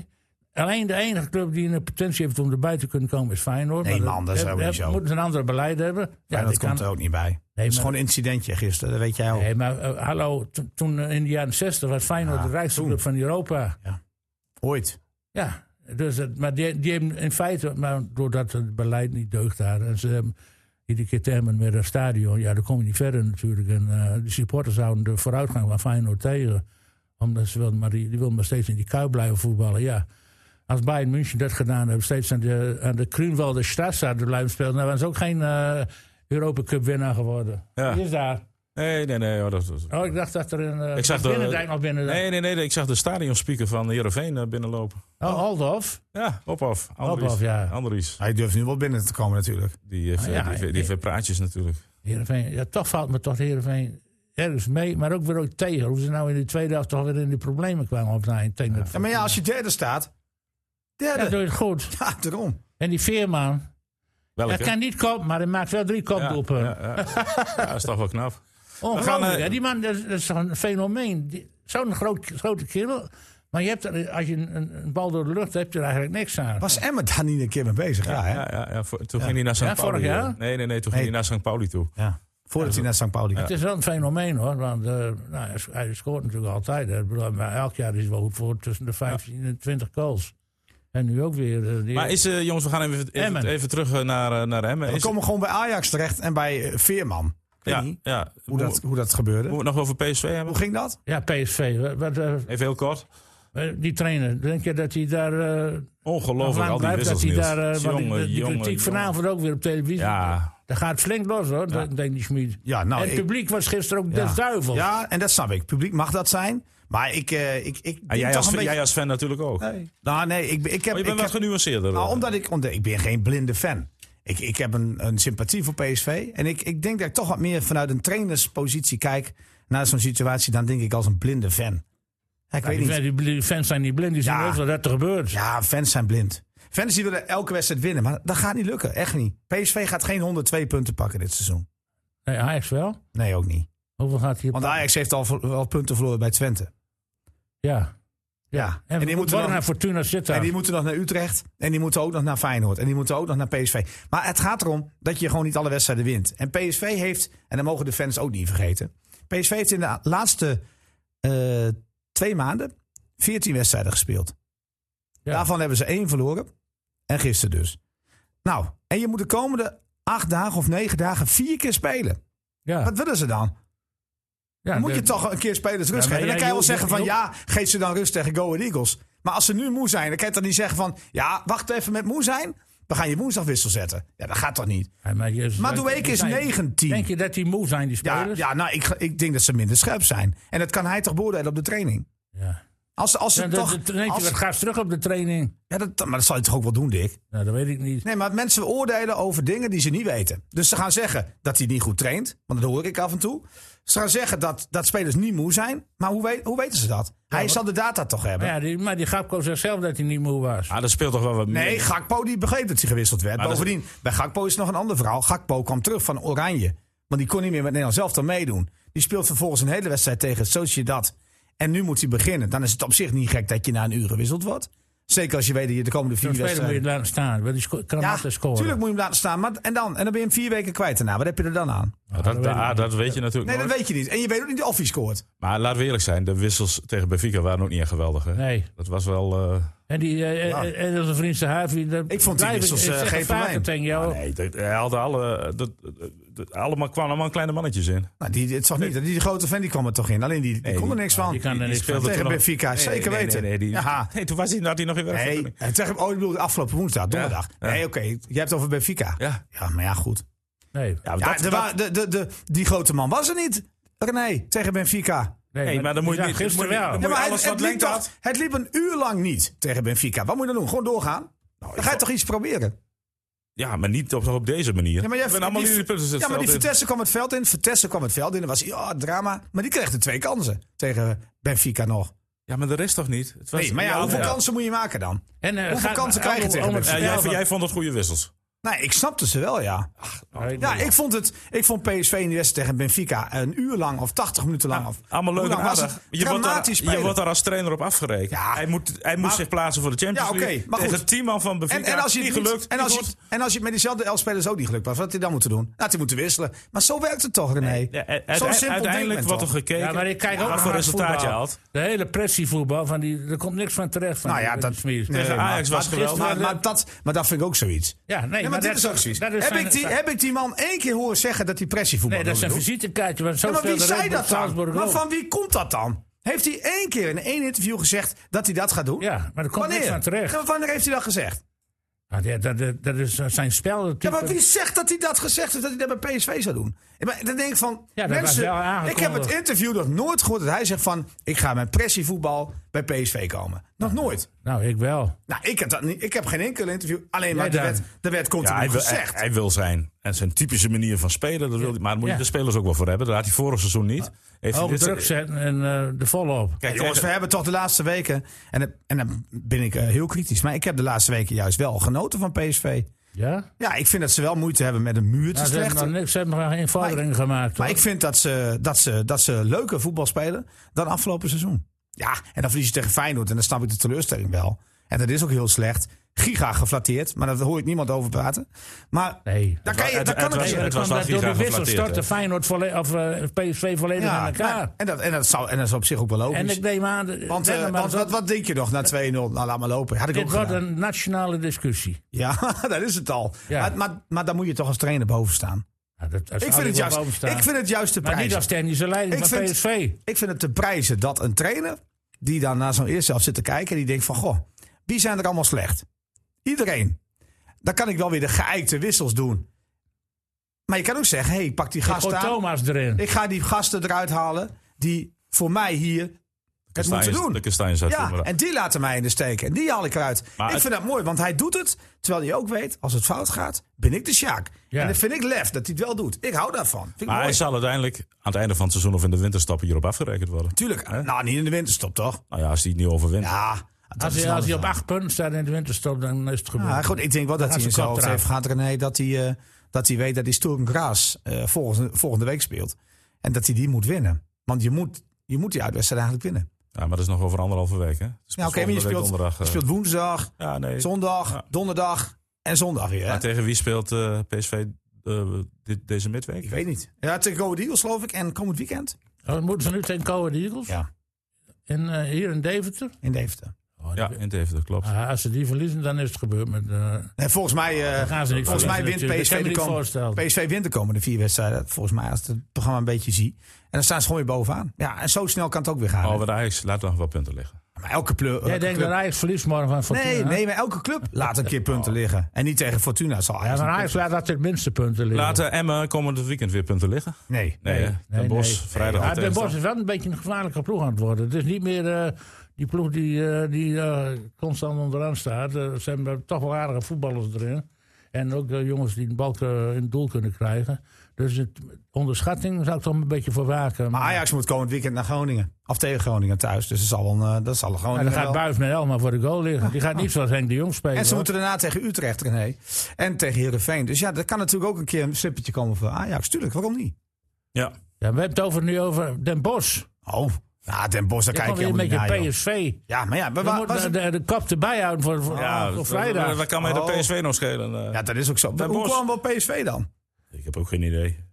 S2: Alleen de enige club die een potentie heeft om erbij te kunnen komen is Feyenoord.
S5: Nee,
S2: Maar
S5: man, dat is
S2: heb-
S5: helemaal niet
S2: heb-
S5: zo.
S2: Moeten ze een ander beleid hebben? Ja,
S5: Feyenoord
S2: dat kan.
S5: komt er ook niet bij. Het is
S2: maar-
S5: gewoon een incidentje gisteren, dat weet jij ook.
S2: Nee, maar eh, hallo, to- toen eh, in de jaren 60 was Feyenoord de rijkste club van Europa.
S5: Ooit.
S2: Ja, dus het, maar die, die hebben in feite, maar doordat het beleid niet deugt daar, en ze hebben iedere keer termen met dat stadion, ja, daar kom je niet verder natuurlijk. En eh, de supporters houden de vooruitgang van Feyenoord tegen, omdat ze wel, maar die, die wil maar steeds in die kuip blijven voetballen, ja. Als Bayern München dat gedaan hebben, steeds aan de, aan de Kruunwalder Straat blijven spelen, dan waren ze ook geen eh Europa Cup winnaar geworden.
S1: Ja.
S2: Die is daar.
S1: Nee, nee, nee. oh, dat was-
S2: Oh, ik dacht dat er een eh
S1: Ik zag de-
S2: binnendijk nog binnen.
S1: Nee, nee, nee. Ik zag de stadionspeaker van Heerenveen eh, binnenlopen.
S2: Oh, Aldorf.
S1: Ja, Ophof. Andries.
S2: Ophof, ja.
S1: Andries.
S5: Hij durft nu wel binnen te komen natuurlijk.
S1: Die heeft,
S2: Ah,
S1: eh,
S2: ja,
S1: die, heeft- die
S2: ik-
S1: heeft weer praatjes natuurlijk.
S2: Heerenveen. Ja, toch valt me toch Heerenveen ergens mee, maar ook weer ook tegen. Hoe ze nou in de tweede helft toch weer in die problemen kwamen op het eind. Tegen dat-
S5: Ja, maar ja, als je derde staat.
S2: Ja, doe
S5: Derde.
S2: je het goed.
S5: Ja, daarom.
S2: En die Veerman,
S1: Welke?
S2: dat kan niet kopen, maar hij maakt wel drie kopdoepen.
S1: ja, ja. Ja, dat is toch wel knap.
S2: Ongelooflijk.
S1: We gaan, eh,
S2: hè. die man, dat is, dat is toch een fenomeen. Die- Zo'n groot, grote kerel. Maar je hebt er, als je een, een- een bal door de lucht hebt, heb je er eigenlijk niks aan.
S5: Was Emmer daar niet een keer mee bezig? Ja, hè?
S1: Ja, ja, ja. Voor- Toen ging hij naar St.
S2: Ja, vorig
S1: Pauli.
S2: jaar?
S1: eh. Nee, nee, nee. Toen ging
S5: Nee.
S1: hij naar St. Pauli toe.
S5: Ja. Voordat hij naar St. Pauli
S2: Het
S5: ging.
S2: is wel een fenomeen hoor, want eh, nou, hij, hij scoort natuurlijk altijd. Hè. Ik bedoel, Maar elk jaar is hij wel goed voor tussen de 15 en 20 goals. En nu ook weer. eh, die-
S1: Maar is, eh, jongens, we gaan even, even,
S2: Emmen.
S1: even terug eh, naar, eh, naar Emmen.
S5: We
S1: Is-
S5: komen gewoon bij Ajax terecht en bij eh, Veerman. Ik weet
S1: ja,
S5: niet
S1: ja.
S5: hoe dat,
S1: Moeten we
S5: hoe dat gebeurde.
S1: het nog over PSV hebben?
S5: Hoe ging dat?
S2: Ja, PSV. Wat, wat, eh,
S1: Even heel kort.
S2: eh, die trainer, denk je dat hij daar. eh, nog
S1: Ongelooflijk,
S2: lang
S1: al die
S2: blijft? Dat
S1: wissels, Niels.
S2: hij daar. eh, want die-
S1: Jongen,
S2: die
S1: jongen,
S2: kritiek
S1: jongen.
S2: vanavond ook weer op televisie.
S1: Ja. Ah,
S2: Dat gaat flink los hoor, dat denkt die Schmid.
S5: Ja, nou,
S2: en het
S5: ik-
S2: publiek was gisteren ook
S5: Ja.
S2: des duivels.
S5: Ja, en dat snap ik. Publiek mag dat zijn. Maar ik, eh, ik, ik
S1: En
S5: denk
S1: Ah, jij
S5: toch
S1: als,
S5: een
S1: jij
S5: beetje...
S1: als fan natuurlijk ook.
S5: Nee. Nou, nee, ik, ik heb...
S1: Maar je
S5: ik
S1: bent wat
S5: heb-
S1: genuanceerder.
S5: nou,
S1: eh.
S5: omdat ik, omdat ik ben geen blinde fan. Ik, ik heb een, een sympathie voor PSV. En ik, ik denk dat ik toch wat meer vanuit een trainerspositie kijk naar zo'n situatie dan denk ik als een blinde fan. Ja, ik
S2: Ja, Nou,
S5: weet
S2: die,
S5: niet.
S2: fan- die, die fans zijn niet blind, die zien
S5: Ja.
S2: wel dat er gebeurt.
S5: Ja, fans zijn blind. Fans die willen elke wedstrijd winnen, maar dat gaat niet lukken. Echt niet. PSV gaat geen 102 punten pakken dit seizoen.
S2: Nee, Ajax wel.
S5: Nee, ook niet.
S2: Hoeveel gaat hier?
S5: Want Ajax heeft al, ver- al punten verloren bij Twente.
S2: Ja.
S5: Ja.
S2: En,
S5: En
S2: we
S5: die moeten
S2: moeten
S5: dan-
S2: naar Fortuna zitten.
S5: En die moeten nog naar Utrecht. En die moeten ook nog naar Feyenoord. En die moeten ook nog naar PSV. Maar het gaat erom dat je gewoon niet alle wedstrijden wint. En PSV heeft, en dat mogen de fans ook niet vergeten. PSV heeft in de laatste eh, twee maanden 14 wedstrijden gespeeld.
S2: Ja.
S5: Daarvan hebben ze één verloren. En gisteren dus. Nou, en je moet de komende acht dagen of negen dagen vier keer spelen.
S2: Ja.
S5: Wat willen ze dan?
S2: Ja,
S5: Dan moet
S2: de-
S5: je toch een keer spelers rust
S2: Ja, maar
S5: geven.
S2: ja,
S5: Dan kan je wel
S2: joh,
S5: zeggen
S2: joh,
S5: van
S2: joh.
S5: ja, geef ze dan rust tegen Go Ahead Eagles. Maar als ze nu moe zijn, dan kan je toch niet zeggen van ja, wacht even met moe zijn. We gaan je woensdag wissel zetten. Ja, dat gaat toch niet?
S2: Ja, maar Jezus,
S5: Madueke
S2: die
S5: is
S2: zijn-
S5: 19.
S2: Denk je dat die moe zijn, die
S5: Ja,
S2: spelers?
S5: ja nou, ik, ga- ik denk dat ze minder scherp zijn. En dat kan hij toch beoordelen op de training?
S2: Ja.
S5: Als, als ze
S2: Ja,
S5: toch...
S2: de, de, nee,
S5: als-
S2: dat gaat terug op de training.
S5: ja, dat, maar dat zal je toch ook wel doen, Dick?
S2: Nou, dat weet ik niet.
S5: Nee, maar mensen oordelen over dingen die ze niet weten. Dus ze gaan zeggen dat hij niet goed traint. Want dat hoor ik af en toe. Ze gaan zeggen dat, dat spelers niet moe zijn. Maar hoe, weet, hoe weten ze dat? Hij zal de data toch hebben?
S2: Maar, ja, die, maar die Gapko zegt zelf dat hij niet moe was.
S1: Ah, dat speelt toch wel wat meer.
S5: Nee, Gakpo die begreep dat hij gewisseld werd.
S1: Maar dat-
S5: Bovendien, bij Gakpo is nog een ander verhaal. Gakpo kwam terug van Oranje. Want die kon niet meer met Nederland zelf dan meedoen. Die speelt vervolgens een hele wedstrijd tegen Sociedad. En nu moet hij beginnen. Dan is het op zich niet gek dat je na een uur gewisseld wordt. Zeker als je weet dat je de komende vier
S2: Dan moet je het
S5: wedstrijden...
S2: laten staan. Want die sco- kan
S5: Ja,
S2: altijd scoren.
S5: natuurlijk moet je hem laten staan. Maar, en, dan, en dan ben je hem vier weken kwijt daarna. Wat heb je er dan aan?
S1: Ja, dat,
S2: dat weet ik
S1: ah,
S2: niet.
S1: dat weet je natuurlijk
S5: Nee,
S1: nooit.
S5: dat weet je niet. En je weet ook niet of hij scoort.
S1: Maar laten we eerlijk zijn, de wissels tegen Benfica waren ook niet echt geweldig. Hè?
S2: Nee.
S1: Dat was wel... eh,
S2: En, die, eh,
S5: Ja.
S2: eh, en onze vriend Sahavi. dat
S5: Ik vond die
S2: blijf
S5: wissels,
S2: ik- ik
S5: eh,
S2: zeg
S5: geen
S2: het vaker
S5: probleem.
S2: tegen jou.
S1: nee, dat- hij had alle... Dat, dat- allemaal, kwamen allemaal kleine mannetjes in.
S5: Nou, die, het zag niet. Die, grote fan die kwam er toch in. Alleen die, die kon er
S1: die-
S5: niks van.
S2: die kan er niks
S1: speelde
S2: van.
S5: Tegen
S1: toen nog-
S5: Benfica,
S1: Nee,
S5: zeker
S1: nee,
S5: weten.
S1: Nee, nee, die-
S5: Ja.
S1: nee, toen was hij, had hij nog weer weg.
S5: Nee, eh, tegen, oh, ik bedoel afgelopen woensdag, donderdag.
S1: ja.
S5: Nee, oké. Je hebt het over Benfica.
S1: Ja.
S5: maar ja, goed.
S2: Nee.
S1: Ja,
S5: Ja,
S1: dat-
S5: er
S1: dat-
S5: wa- de, de, de, die grote man was er niet. René, tegen Benfica.
S1: Nee, maar dan moet je
S2: ja,
S1: niet-
S2: Gisteren
S1: moet je-
S2: wel.
S1: dan
S5: Ja,
S1: moet
S5: maar
S1: alles
S5: het, het,
S1: wat
S5: liep
S1: lengte
S5: toch,
S1: had.
S5: het liep een uur lang niet tegen Benfica. Wat moet je dan doen? Gewoon doorgaan?
S1: Nou,
S5: dan ga je toch iets proberen?
S1: Ja, maar niet op, op deze manier.
S5: Ja, maar,
S1: We zijn allemaal
S5: die,
S1: jullie punten
S5: ja, maar die
S1: hetzelfde.
S5: Vitesse kwam het veld in. Vitesse kwam het veld in. Er was ja, drama. Maar die kreeg de twee kansen tegen Benfica nog.
S1: Ja, maar de rest toch niet? Het was,
S5: Nee, maar ja, hoeveel
S1: ja.
S5: kansen moet je maken dan?
S2: En, eh,
S5: Hoeveel
S2: ga-
S5: kansen krijg je
S2: om-
S5: tegen
S2: om het
S5: Benfica?
S1: Ja, jij,
S2: spel van-
S1: jij vond het goede wissels.
S5: Nee, Nou, ik snapte ze wel, ja.
S2: Nee,
S5: Ja,
S2: nee.
S5: ik vond, het, ik vond PSV in de wedstrijd tegen Benfica een uur lang of 80 minuten lang. Of,
S1: Ah, Allemaal
S5: hoe
S1: leuk en
S5: lang was
S1: aardig.
S5: het?
S1: Je wordt, daar,
S5: Dramatisch
S1: je
S5: spelen.
S1: wordt daar als trainer op afgerekend.
S5: Ja.
S1: hij moet, hij moet
S5: Maar-
S1: zich plaatsen voor de Champions
S5: Ja, oké,
S1: League.
S5: maar goed.
S1: Tegen tien man van Benfica.
S5: en, en als je
S1: niet
S5: het niet-
S1: gelukt.
S5: en als
S1: niet
S5: je,
S1: goed.
S5: het- en als je het met diezelfde elf spelers ook niet gelukt was, wat had hij dan moeten doen? Nou, had hij moeten wisselen. Maar zo werkt het toch, René?
S1: Ja, u-
S5: Zo
S1: uite-
S5: simpel denkt
S1: uiteindelijk
S5: men
S1: wordt er
S5: toch?
S1: gekeken
S2: Ja, maar ik kijk ook
S1: wat
S2: naar
S1: voor
S2: hard
S1: resultaat je
S2: voetbal.
S1: haalt.
S2: De hele pressievoetbal, van die, er komt niks van terecht. Van
S5: Nou ja,
S2: die-
S5: dat-
S2: die Smeers.
S5: Nee,
S1: Tegen
S5: maar-
S1: Ajax was
S2: maar
S1: geweldig.
S2: gisteren-
S5: Maar, maar, dat, maar dat vind ik ook zoiets.
S2: Ja, nee,
S5: Ja,
S2: maar
S5: maar, dit
S2: dat-
S5: is ook zoiets.
S2: dat is
S5: heb,
S2: zijn-
S5: ik die,
S2: zijn-
S5: heb ik die man één keer horen zeggen dat hij pressievoetbal
S2: Nee, dat is
S5: wilde
S2: een
S5: doen?
S2: visitekaartje. Want zo
S5: Ja, maar wie
S2: speelde
S5: zei
S2: Red Bull
S5: dat dan?
S2: Salzburg
S5: Maar
S2: ook.
S5: van wie komt dat dan? Heeft hij één keer in één interview gezegd dat hij dat gaat doen?
S2: Ja, maar er komt niks van
S5: Wanneer?
S2: terecht.
S5: Ja, maar Wanneer heeft hij dat gezegd?
S2: Ah, ja, dat, dat, dat is eh, zijn spel.
S5: Ja, maar wie zegt dat hij dat gezegd heeft, dat hij dat bij PSV zou doen? Ja, Maar dan denk ik van,
S2: Ja, dat was wel
S5: mensen,
S2: aangekondigd.
S5: ik heb het interview nog nooit gehoord dat hij zegt van... ik ga met pressievoetbal bij PSV komen. Nog nooit.
S2: Nou, ik wel.
S5: Nou, ik heb, dat niet, ik heb geen enkel interview, alleen maar
S2: Jij
S5: er werd,
S2: dan.
S5: er werd continu
S1: Ja, hij, wil, hij,
S5: gezegd.
S1: hij wil zijn. En zijn typische manier van spelen. Dat wil hij, maar daar moet je
S2: Ja.
S1: de spelers ook wel voor hebben. Dat had hij vorig seizoen niet.
S5: Oh,
S1: Heeft hij
S2: Hoog
S1: dit-
S2: druk zetten en eh, de volle op.
S1: Kijk,
S5: Jongens, we
S1: tegen-
S5: hebben toch de laatste weken... en, het- en dan ben ik eh, heel kritisch... maar ik heb de laatste weken juist wel genoten van PSV.
S2: Ja?
S5: Ja, ik vind dat ze wel moeite hebben met een muur te
S2: Nou, ze, hebben nog
S5: slechten.
S2: niks, ze hebben nog geen vorderingen gemaakt.
S5: Maar
S2: hoor.
S5: ik vind dat ze, dat, ze, dat ze leuker voetbal spelen dan afgelopen seizoen. Ja, en dan verlies je tegen Feyenoord en dan snap ik de teleurstelling wel. En dat is ook heel slecht. Giga geflatteerd, maar daar hoor ik niemand over praten. Maar
S2: Nee.
S5: daar kan, je,
S1: Het-
S5: daar kan
S1: het
S5: ook
S1: was-
S5: niet.
S2: Ja,
S1: het was
S2: dat
S1: wel
S2: kwam dat door de
S1: giga
S2: wissel
S1: geflatteerd,
S2: stortte
S1: hè.
S2: Feyenoord volle- of eh, PSV volledig
S5: Ja,
S2: aan elkaar.
S5: maar- en, dat, en, dat zou, en dat is op zich ook wel logisch.
S2: en ik neem aan... de-
S5: want eh,
S2: Dennemarken-
S5: want wat, wat denk je nog na 2-0? Nou, laat maar lopen. Had ik ook
S2: dit wordt
S5: gedaan.
S2: een nationale discussie.
S5: Ja, dat is het al.
S2: Ja.
S5: Maar, maar, maar dan moet je toch als trainer boven staan.
S2: Ja, Nou, dat, dat
S5: Ik
S2: zou
S5: vind, het
S2: wel
S5: juist,
S2: boven staan.
S5: ik vind het juist te
S2: maar niet
S5: prijzen.
S2: als technische leiding
S5: Ik
S2: van
S5: vind-
S2: PSV.
S5: Ik vind het te prijzen dat een trainer die dan naar zo'n eerste helft zit te kijken en die denkt van goh, wie zijn er allemaal slecht? Iedereen. Dan kan ik wel weer de geëikte wissels doen. Maar je kan ook zeggen, hey, ik pak die
S2: Gooi
S5: gasten aan.
S2: Thomas erin.
S5: Ik ga die gasten eruit halen die voor mij hier het moeten
S1: Kastanjes-
S5: doen.
S1: De Kastanjes uit
S5: Ja,
S1: Timmerland.
S5: en die laten mij in de steek. En die haal ik eruit.
S1: Maar
S5: ik
S1: het-
S5: vind dat mooi, want hij doet het. Terwijl hij ook weet, als het fout gaat, ben ik de Sjaak.
S2: Ja.
S5: En dat vind ik lef, dat hij het wel doet. Ik hou daarvan. Vind ik
S1: Maar
S5: mooi.
S1: hij zal uiteindelijk aan het einde van het seizoen of in de winterstap hierop afgerekend worden.
S5: Tuurlijk, nou niet in de winterstop toch?
S1: Nou ja, als hij het niet overwint.
S5: Ja, dat
S2: Als
S5: is
S2: hij,
S5: een
S2: als hij
S5: ander
S2: op
S5: verhaal.
S2: acht punten staat in de winterstop, dan is het gebeurd.
S5: Ja, goed, ik denk wel dat
S2: gaat
S5: hij in
S2: zijn
S5: zijn
S2: kop
S5: hoofd
S2: eraf.
S5: heeft gehad, René, dat hij, eh, dat hij weet dat hij Sturm Graas eh, volgende, volgende week speelt. En dat hij die moet winnen. Want je moet, je moet die uitwedstrijd eigenlijk winnen.
S1: Ja, maar dat is nog over anderhalve week. Hè? Dus
S5: Ja, oké, maar
S1: volgende
S5: je
S1: week
S5: speelt,
S1: donderdag,
S5: je
S1: eh,
S5: speelt woensdag,
S1: ja, nee.
S5: zondag,
S1: Ja.
S5: donderdag en zondag weer. Hè?
S1: Maar tegen wie speelt eh, PSV eh, dit, deze midweek?
S5: Ik weet niet. Ja, tegen Go Ahead Eagles geloof ik en komend weekend.
S2: Oh, dan moeten ze nu tegen Coa Eagles?
S5: Ja.
S2: En eh, hier in Deventer?
S5: In Deventer.
S2: Oh,
S1: Ja,
S2: die-
S1: in Deventer, klopt.
S2: Ah, als ze die verliezen, dan is het gebeurd. Met, eh,
S5: En volgens mij, eh,
S2: gaan ze niet
S5: volgens mij wint
S2: verliezen natuurlijk.
S5: PSV
S2: Dat kan
S5: de,
S2: me niet
S5: komende,
S2: voorstellen.
S5: PSV wint de komende vier wedstrijden. Volgens mij, als ik het programma een beetje zie. En dan staan ze gewoon weer bovenaan. Ja, en zo snel kan het ook weer gaan.
S1: Oh,
S5: hè.
S1: maar de Ajax laat nog wel punten liggen.
S5: Maar elke, pleur,
S2: jij
S5: elke
S2: denkt
S5: club-
S2: dat Ajax verliest morgen van Fortuna?
S5: Nee,
S2: hè? Oh.
S5: nee, maar elke club laat een keer punten liggen. En niet tegen Fortuna zal
S2: Ja,
S5: Ajax
S2: maar
S5: niet
S2: Ajax laat dat het minste punten liggen.
S1: Laten Emmen komend weekend weer punten liggen?
S5: punten- Nee.
S1: Nee, hè?
S2: Nee,
S1: Den Bosch,
S2: nee.
S1: vrijdag.
S2: Ja,
S1: weer
S2: Den Bosch
S1: tegenstander.
S2: is wel een beetje een gevaarlijke ploeg aan het worden. Het is niet meer eh, die ploeg die, eh, die eh, constant onderaan staat. Eh, ze hebben toch wel aardige voetballers erin. En ook eh, jongens die een bal eh, in het doel kunnen krijgen. Dus het, onderschatting zou ik toch een beetje voor waken.
S5: Maar Ajax moet komend weekend naar Groningen. Of tegen Groningen thuis. Dus dat zal, wel, eh, dat zal er
S2: Ja,
S5: Groningen
S2: dan gaat
S5: wel-
S2: Buis met Elma voor de goal liggen. Die gaat niet zoals Henk de Jong spelen.
S5: En ze
S2: hoor.
S5: moeten daarna tegen Utrecht, René. En tegen Heerenveen. Dus ja, dat kan natuurlijk ook een keer een slippertje komen voor Ajax. Tuurlijk, waarom niet?
S1: Ja.
S2: Ja, we hebben het over, nu over Den Bosch.
S5: Oh, Ja, Den Bosch, daar
S2: Je
S5: kijk
S2: kan weer
S5: je
S2: een
S5: helemaal
S2: beetje
S5: niet naar, joh.
S2: PSV.
S5: Ja, maar ja, maar
S2: We
S5: waar, was
S2: moeten
S5: het-
S2: de, de, de kop erbij houden voor, voor, voor vrijdag.
S1: Waar kan mij de
S5: Oh.
S1: PSV nog schelen? eh?
S5: ja, dat is ook zo.
S1: Den
S5: Hoe
S1: Bosch.
S5: kwam wel PSV dan?
S1: Ik heb ook geen idee.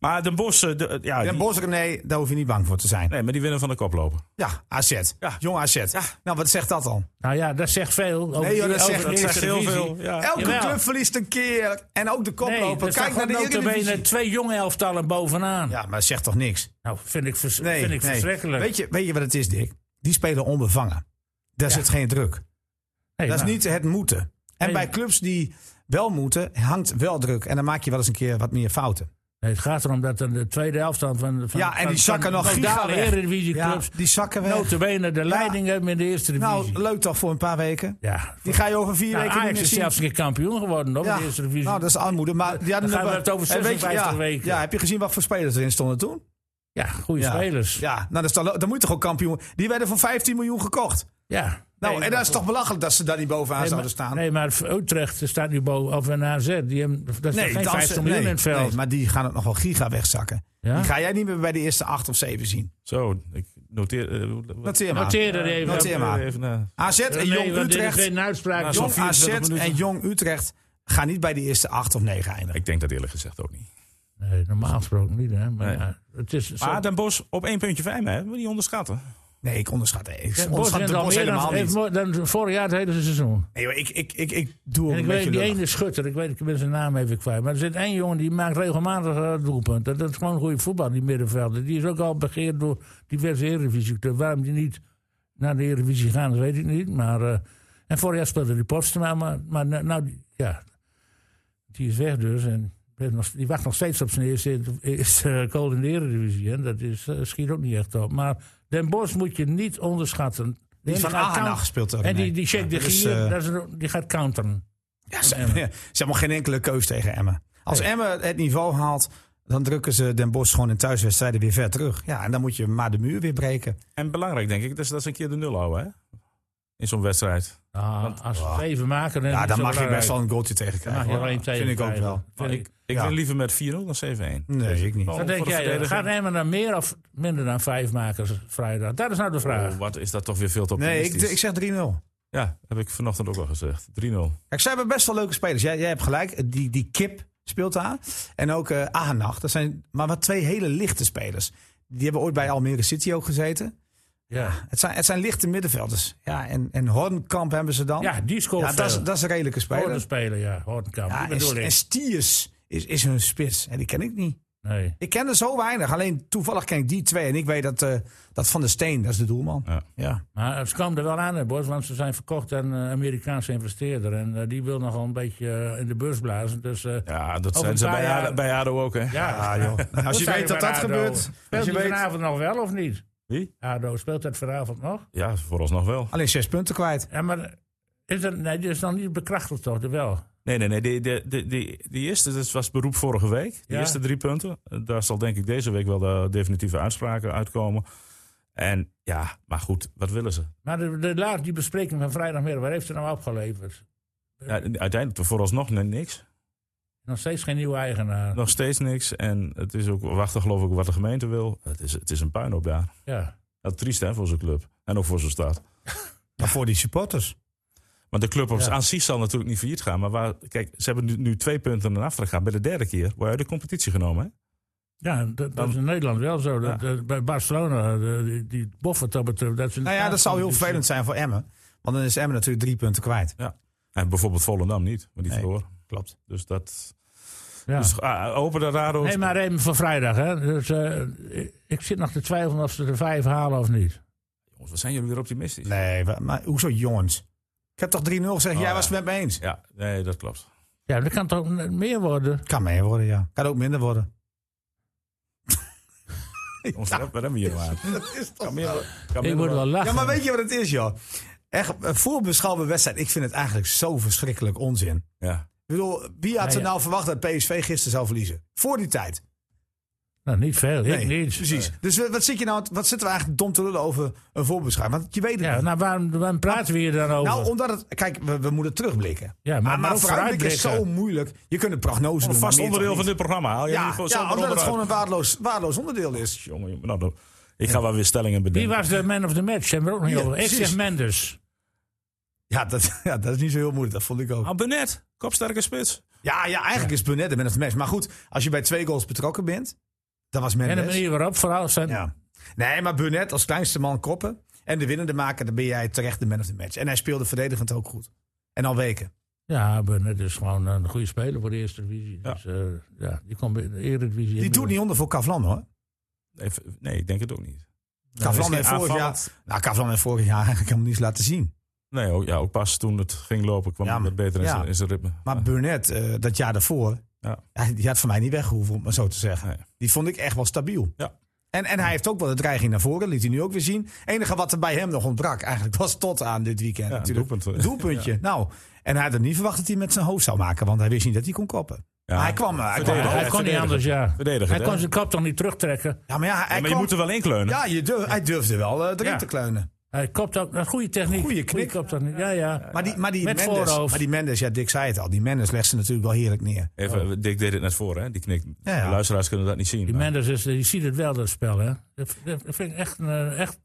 S1: Maar Den Bosch, eh, de, eh, ja,
S5: Den
S1: die-
S5: Bosch, nee, daar hoef je niet bang voor te zijn.
S1: nee, maar die winnen van de koploper.
S5: Ja, AZ.
S1: Ja.
S5: Jong AZ. Nou, wat zegt dat dan?
S2: Nou ja, dat zegt veel. Over,
S5: Nee, joh, dat
S2: over
S5: zegt-
S2: de
S5: dat
S2: eerste
S1: zegt heel
S2: divisie.
S1: veel, ja.
S5: Elke
S2: Jawel.
S5: club verliest een keer. En ook de
S2: Nee,
S5: koploper.
S2: er staan
S5: Kijk naar
S2: gewoon
S5: de
S2: notabene
S5: Eredivisie.
S2: twee jonge elftallen bovenaan.
S5: Ja, maar zegt toch niks?
S2: Nou, vind ik, vers,
S5: Nee,
S2: vind ik
S5: nee.
S2: verschrikkelijk.
S5: Weet je, weet je wat het is, Dick? Die spelen onbevangen. Daar zit geen druk.
S2: Nee, nou,
S5: Dat is
S2: maar-
S5: niet het moeten. En
S2: Nee.
S5: bij clubs die wel moeten, hangt wel druk. En dan maak je wel eens een keer wat meer fouten.
S2: nee, het gaat erom dat dan de tweede helft dan van, van...
S5: Ja, en
S2: van-
S5: die
S2: van
S5: zakken nog giga
S2: nodale
S5: weg.
S2: eredivisieclubs.
S5: Ja, die zakken weg.
S2: Notabene de leiding hebben in de eerste divisie.
S5: Nou, leuk toch voor een paar weken?
S2: ja.
S5: Die ga je over vier
S2: Nou,
S5: weken niet
S2: Ajax
S5: meer
S2: is
S5: zien.
S2: zelfs een keer kampioen geworden hoor, in de eerste divisie.
S5: nou, dat is armoede. Maar die hadden
S2: Dan gaan we
S5: nog-
S2: het over
S5: en weet je-
S2: 56
S5: ja,
S2: weken.
S5: Ja, heb je gezien wat voor spelers erin stonden toen?
S2: ja, goede
S5: Ja.
S2: spelers. Ja.
S5: Ja, nou, dat is dan, dan moet je toch ook kampioen. Die werden voor 15 miljoen gekocht. Nou,
S2: Nee,
S5: en dat is toch belachelijk dat ze daar niet bovenaan
S2: nee, maar,
S5: zouden staan.
S2: Nee, maar Utrecht staat nu boven, of een AZ. Die hebben, daar staat geen
S5: dan-
S2: 50 miljoen
S5: nee,
S2: in het veld.
S5: nee, maar die gaan het nog wel giga wegzakken.
S2: Ja?
S5: Die ga jij niet meer bij de eerste acht of zeven zien.
S1: Zo, ik noteer. eh, hoe- wat-
S5: Noteer maar.
S2: Noteer er even.
S5: Noteer maar.
S1: Even, eh,
S5: AZ en
S2: Nee,
S5: Jong
S2: want dit is
S5: Utrecht.
S2: geen uitspraak.
S1: Nou,
S2: Jong-
S1: zo'n
S5: Jong AZ
S1: 24 minuten.
S5: en Jong Utrecht gaan niet bij de eerste acht of negen eindigen.
S1: ik denk dat eerlijk gezegd ook niet.
S2: Nee, normaal gesproken niet, hè. Maar
S1: Nee.
S2: ja, het is een
S1: Maar
S2: soort-
S1: Den Bosch op één puntje van mij, hè? We die onderschatten.
S5: Nee, ik onderschat. Ik
S2: Bos
S5: onderschat
S2: wint
S5: de
S2: al
S5: Bos
S2: meer dan-
S5: helemaal
S2: heeft
S5: niet.
S2: meer dan vorig jaar het hele seizoen.
S5: Nee, maar ik, ik, ik, ik doe ook
S2: En ik
S5: een
S2: weet,
S5: beetje
S2: die
S5: lullig.
S2: ene schutter, ik weet, ik ben zijn naam even kwijt. Maar er zit één jongen die maakt regelmatig eh, doelpunten. Dat is gewoon een goede voetbal, die middenvelder. Die is ook al begeerd door diverse Eredivisie. Waarom die niet naar de Eredivisie gaan, dat weet ik niet. Maar, eh, en vorig jaar speelde die Postema, maar, maar nou, nou, die- ja, die is weg dus. En heeft nog- die wacht nog steeds op zijn eerste, eerste eh, goal in de Eredivisie. En dat is, eh, schiet ook niet echt op. Maar Den Bosch moet je niet onderschatten.
S5: Die van
S2: gaat
S5: Ahanag
S2: count-
S5: speelt ook,
S2: En
S5: nee.
S2: die, die Sheikh
S5: Ja,
S2: de
S5: dus,
S2: Gier,
S5: eh,
S2: dat is een- die gaat counteren.
S5: Ja, ze, hebben, ze hebben nog geen enkele keus tegen Emmen. Als Emmen het niveau haalt, dan drukken ze Den Bosch gewoon in thuiswedstrijden weer ver terug. Ja, en dan moet je maar de muur weer breken.
S1: En belangrijk, denk ik, dus dat ze een keer de nul houden, hè? In zo'n wedstrijd.
S2: Ah, als ze zeven maken, dan, is
S5: Ja,
S2: het
S5: dan
S2: zo
S5: mag je
S2: belangrijk.
S5: best wel een goaltje tegen
S2: Dan mag
S5: krijgen.
S2: je
S5: hoor.
S2: alleen tegen
S5: Vind ik ook
S2: krijgen.
S5: wel.
S2: Vind
S1: ik
S2: ik.
S1: ik
S5: ja.
S1: win liever met 4-0 dan 7-1.
S5: Nee, ik
S1: Bal
S5: niet.
S2: Wat
S1: voor
S2: denk
S1: de
S2: jij? eh,
S1: verdediger.
S2: Gaat Emmen dan meer of minder dan vijf maken vrijdag? Dat is nou de vraag.
S1: Oh, wat is dat toch weer veel te
S5: Nee,
S1: optimistisch.
S5: ik, ik zeg 3-0.
S1: Ja, heb ik vanochtend ook al gezegd. 3-0.
S5: Kijk, zij hebben best wel leuke spelers. Jij, jij hebt gelijk, die, die Kip speelt daar. En ook eh Ahanag. Dat zijn maar wat twee hele lichte spelers. Die hebben ooit bij Almere City ook gezeten.
S2: ja.
S5: Het zijn, het zijn lichte middenvelders. Ja, en, en Hornkamp hebben ze dan.
S2: ja, die scoort
S5: Ja, dat is,
S2: veel.
S5: dat is een redelijke
S2: Hoort een
S5: speler.
S2: speler, ja. Hortenkamp,
S5: Ja,
S2: die
S5: en,
S2: bedoel ik.
S5: en Stiers is, is hun spits. En die ken ik niet.
S2: nee.
S5: Ik ken er zo weinig. Alleen toevallig ken ik die twee. En ik weet dat, eh, dat Van der Steen, dat is de doelman.
S1: Ja.
S5: Ja.
S2: Maar eh, ze komen er wel aan, hè, Bos, want ze zijn verkocht aan een Amerikaanse investeerder. En eh, die wil nogal een beetje eh, in de beurs blazen. Dus eh,
S1: Ja, dat
S2: Over
S1: zijn
S2: een
S1: ze
S2: paar
S1: bij,
S2: jaar-
S1: ADO, bij ADO ook, hè?
S2: ja.
S5: Nou, als je
S2: zei
S5: weet dat dat
S2: maar, ADO.
S5: gebeurt.
S2: Speelt
S5: Als je
S2: die
S5: weet,
S2: vanavond nog wel of niet?
S1: Wie?
S2: ADO, speelt dat vanavond nog?
S1: Ja, vooralsnog wel.
S5: alleen zes punten kwijt.
S2: Ja, maar is dat, nee, die is nog niet bekrachtigd, toch? Wel.
S1: Nee, nee, nee. Die, die, die, die, die eerste, dat was beroep vorige week. Die
S2: Ja.
S1: eerste drie punten. Eh, Daar zal denk ik deze week wel de definitieve uitspraken uitkomen. En ja, maar goed, wat willen ze?
S2: Maar Nou, de, de laat die bespreking van vrijdagmiddag, waar heeft ze nou opgeleverd?
S1: Ja, uiteindelijk vooralsnog ni- niks.
S2: Nog steeds geen nieuwe
S5: Nou,
S2: eigenaar.
S1: Nog steeds niks. En het is ook wachten geloof ik wat de gemeente wil. Het is, het is een puinhoop daar.
S2: Ja.
S1: Dat is triest hè, voor zo'n club. En ook voor zo'n staat.
S5: Maar voor die supporters.
S1: Want de club op
S2: Ja.
S1: aan zich zal natuurlijk niet failliet gaan. Maar waar, kijk, ze hebben nu, nu twee punten naar achteren gegaan. Bij de derde keer word je uit de competitie genomen. Hè?
S2: Ja, dat, dat is in Nederland wel zo. Dat, dat- bij Barcelona, de- die, die Boffert dat betreft. Dat ze
S5: Nou ja, dat zou heel vervelend zijn voor Emmen. Want dan is Emmen natuurlijk drie punten kwijt.
S1: En bijvoorbeeld Volendam niet, want die
S5: Nee.
S1: verloor.
S5: Klopt.
S1: Dus dat.
S2: Ja.
S1: Dus, ah, hopen dat Rado.
S2: Nee, maar even voor vrijdag. Hè. Dus, eh, ik- ik zit nog te twijfelen of ze de vijf halen of niet.
S1: Jongens, wat zijn jullie weer optimistisch?
S5: Nee, wa- maar hoezo jongens? Ik heb toch 3-0 gezegd? jij
S2: Oh,
S1: ja.
S5: was het met me eens.
S1: Ja, nee, dat klopt.
S2: Ja, dat kan toch n- meer worden?
S5: Kan meer worden, ja. Kan ook minder worden.
S1: Jongens, wat hebben we hier nou aan? Kan meer- kan
S2: Ik
S1: minder
S2: word wel
S1: worden.
S2: lachen.
S5: Ja, maar weet je wat het is, joh? Echt, een voorbeschouwde wedstrijd. Ik vind het eigenlijk zo verschrikkelijk onzin.
S1: Ja.
S5: Ik bedoel, wie had
S2: Ja,
S5: er
S2: ja.
S5: nou verwacht dat PSV gisteren zou verliezen? Voor die tijd.
S2: Nou, niet veel.
S5: Nee,
S2: ik niet.
S5: Precies. Dus wat, wat zit je nou, wat zitten we eigenlijk dom te lullen over een voorbeschouwing? Want je weet het
S2: Ja,
S5: niet.
S2: nou, waarom, waarom praten we hier dan over?
S5: Nou, omdat het... Kijk, we, we moeten terugblikken.
S2: Ja, maar-
S5: maar,
S2: maar ook
S5: vooruitblikken is zo
S2: vooruitblikken.
S5: moeilijk. Je kunt een prognose doen.
S1: Een
S5: maar
S1: vast
S5: meer
S1: onderdeel
S5: toch
S1: van
S5: niet.
S1: dit programma. Haal je
S5: Ja,
S1: niet
S5: ja
S1: zomaar
S5: omdat het
S1: onderuit?
S5: gewoon een waardeloos, waardeloos onderdeel is.
S1: Jongen, jongen, nou, dan Ik ga wel weer stellingen
S2: Wie
S1: bedenken.
S2: was de man of the match? Zijn we er ook nog niet
S5: Ja,
S2: over. Ik zeg
S5: precies.
S2: Mendes.
S5: Ja dat, ja, dat is niet zo heel moeilijk. Dat vond ik ook.
S1: Ah, Burnett, kopsterke spits.
S5: Ja, ja eigenlijk is Burnett de man of the match. Maar goed, als je bij twee goals betrokken bent, dan was
S2: En de
S5: Mendes.
S2: manier waarop, vooral zijn...
S5: Ja. Nee, maar Burnett als kleinste man koppen. En de winnende maken, dan ben jij terecht de man of the match. En hij speelde verdedigend ook goed. En al weken.
S2: Ja, Burnett is gewoon een goede speler voor de eerste divisie.
S1: Ja.
S2: Dus, eh, ja, die komt bij de Eredivisie. eh,
S5: Die doet niet onder voor Kavlan hoor.
S1: Nee, v- nee, ik denk het ook niet.
S5: Kavlan
S1: is
S5: heeft
S1: geen
S5: vorig jaar.
S1: aanvallend.
S5: Nou, Kavlan heeft vorig jaar eigenlijk helemaal niets laten zien.
S1: Nee, ook, ja, ook pas toen het ging lopen kwam
S5: Ja,
S1: hij wat
S5: maar-
S1: beter in
S5: ja.
S1: zijn- in zijn ritme.
S5: Maar Burnett, eh, dat jaar daarvoor,
S1: Ja.
S5: ja, die had voor mij niet weggehoeven, om het maar zo te zeggen.
S1: Nee.
S5: Die vond ik echt wel stabiel.
S1: Ja.
S5: En, en hij heeft ook wel de dreiging naar voren, liet hij nu ook weer zien. enige wat er bij hem nog ontbrak eigenlijk was tot aan dit weekend
S1: Ja,
S5: natuurlijk.
S1: doelpunt. eh.
S5: Doelpuntje. Nou, en hij had er niet verwacht dat hij met zijn hoofd zou maken, want hij wist niet dat hij kon koppen.
S1: Ja.
S5: Maar hij kwam, eh, hij kwam
S1: Verdediger.
S5: wel.
S2: Hij kon niet
S1: Verdediger.
S2: anders, ja.
S1: Verdediger,
S2: Hij kon
S1: hè?
S2: zijn kop toch niet terugtrekken.
S5: Ja, maar ja, hij
S1: Ja, maar je
S5: kwam-
S1: moet er wel in kleunen.
S5: ja je durf, hij durfde wel eh, erin
S2: Ja.
S5: te kleunen.
S2: Hij kopt ook, dat is goede techniek.
S5: Goeie knik.
S2: koptechniek, ja, ja.
S5: Maar die, maar die
S2: Met
S5: Mendes,
S2: voorhoofd.
S5: maar die Mendes, ja, Dick zei het al, die Mendes legt ze natuurlijk wel heerlijk neer.
S1: Even, Dick deed het net voor, hè? Die knikt.
S5: Oh. Ja, ja.
S1: De luisteraars kunnen dat niet zien.
S2: Die
S1: maar-
S2: Mendes, is, die ziet het wel, dat spel, hè. Dat dat vind ik echt, een, eh, echt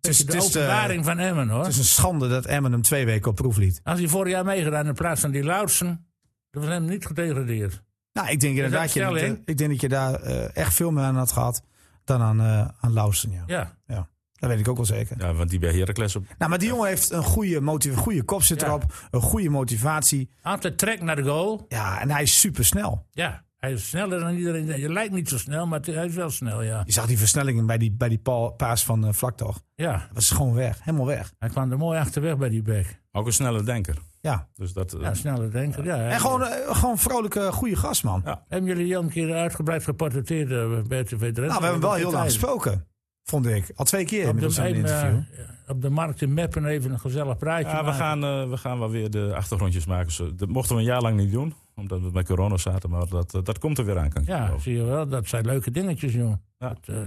S5: Het is, het
S2: de
S5: is, eh,
S2: openbaring van Emmen, hoor.
S5: het is een schande dat Emmen hem twee weken op proef liet.
S2: Als hij vorig jaar meegedaan in plaats van die Loutsen, dan was hem niet gedegradeerd.
S5: Nou, ik denk inderdaad
S2: dat
S5: je, dat,
S2: stelling?
S5: ik denk dat je daar eh, echt veel meer aan had gehad dan aan, eh aan Lausen. Ja.
S2: Ja,
S5: Ja. Dat weet ik ook wel zeker.
S1: Ja, want die bij Heracles op.
S5: Nou, maar die jongen heeft een goede, motiv- goede kop zit
S2: Ja.
S5: erop, een goede motivatie.
S2: altijd trek naar de goal.
S5: Ja, en hij is supersnel.
S2: Ja, hij is sneller dan iedereen. Je lijkt niet zo snel, maar het- hij is wel snel, ja.
S5: Je zag die versnellingen bij die, bij die paal- paas van eh, Vlaktoch.
S2: Ja,
S5: Dat was gewoon weg, helemaal weg.
S2: hij kwam er mooi achterweg bij die bek.
S1: Ook een snelle denker.
S5: Ja.
S1: Dus dat, eh,
S2: Ja, sneller denken. Ja, hij-
S5: En gewoon, eh, gewoon vrolijke, goede gast, man.
S1: Ja.
S2: Hebben jullie Jan een keer uitgebreid geportretteerd eh, bij TV Drenthe?
S5: Nou, we hebben wel heel lang gesproken, vond ik. Al twee keer
S2: Op de,
S5: inmiddels in een
S2: even, eh,
S5: interview.
S2: op de markt in Meppen even een gezellig praatje
S1: ja, we,
S2: maken.
S1: gaan, eh, we gaan wel weer de achtergrondjes maken. Zo, Dat mochten we een jaar lang niet doen, omdat we bij corona zaten. Maar dat, eh, dat komt er weer aan, kan ik
S2: Ja,
S5: Oh.
S1: geloven.
S2: zie je wel. Dat zijn leuke dingetjes, jong.
S1: Ja.
S2: Dat, eh,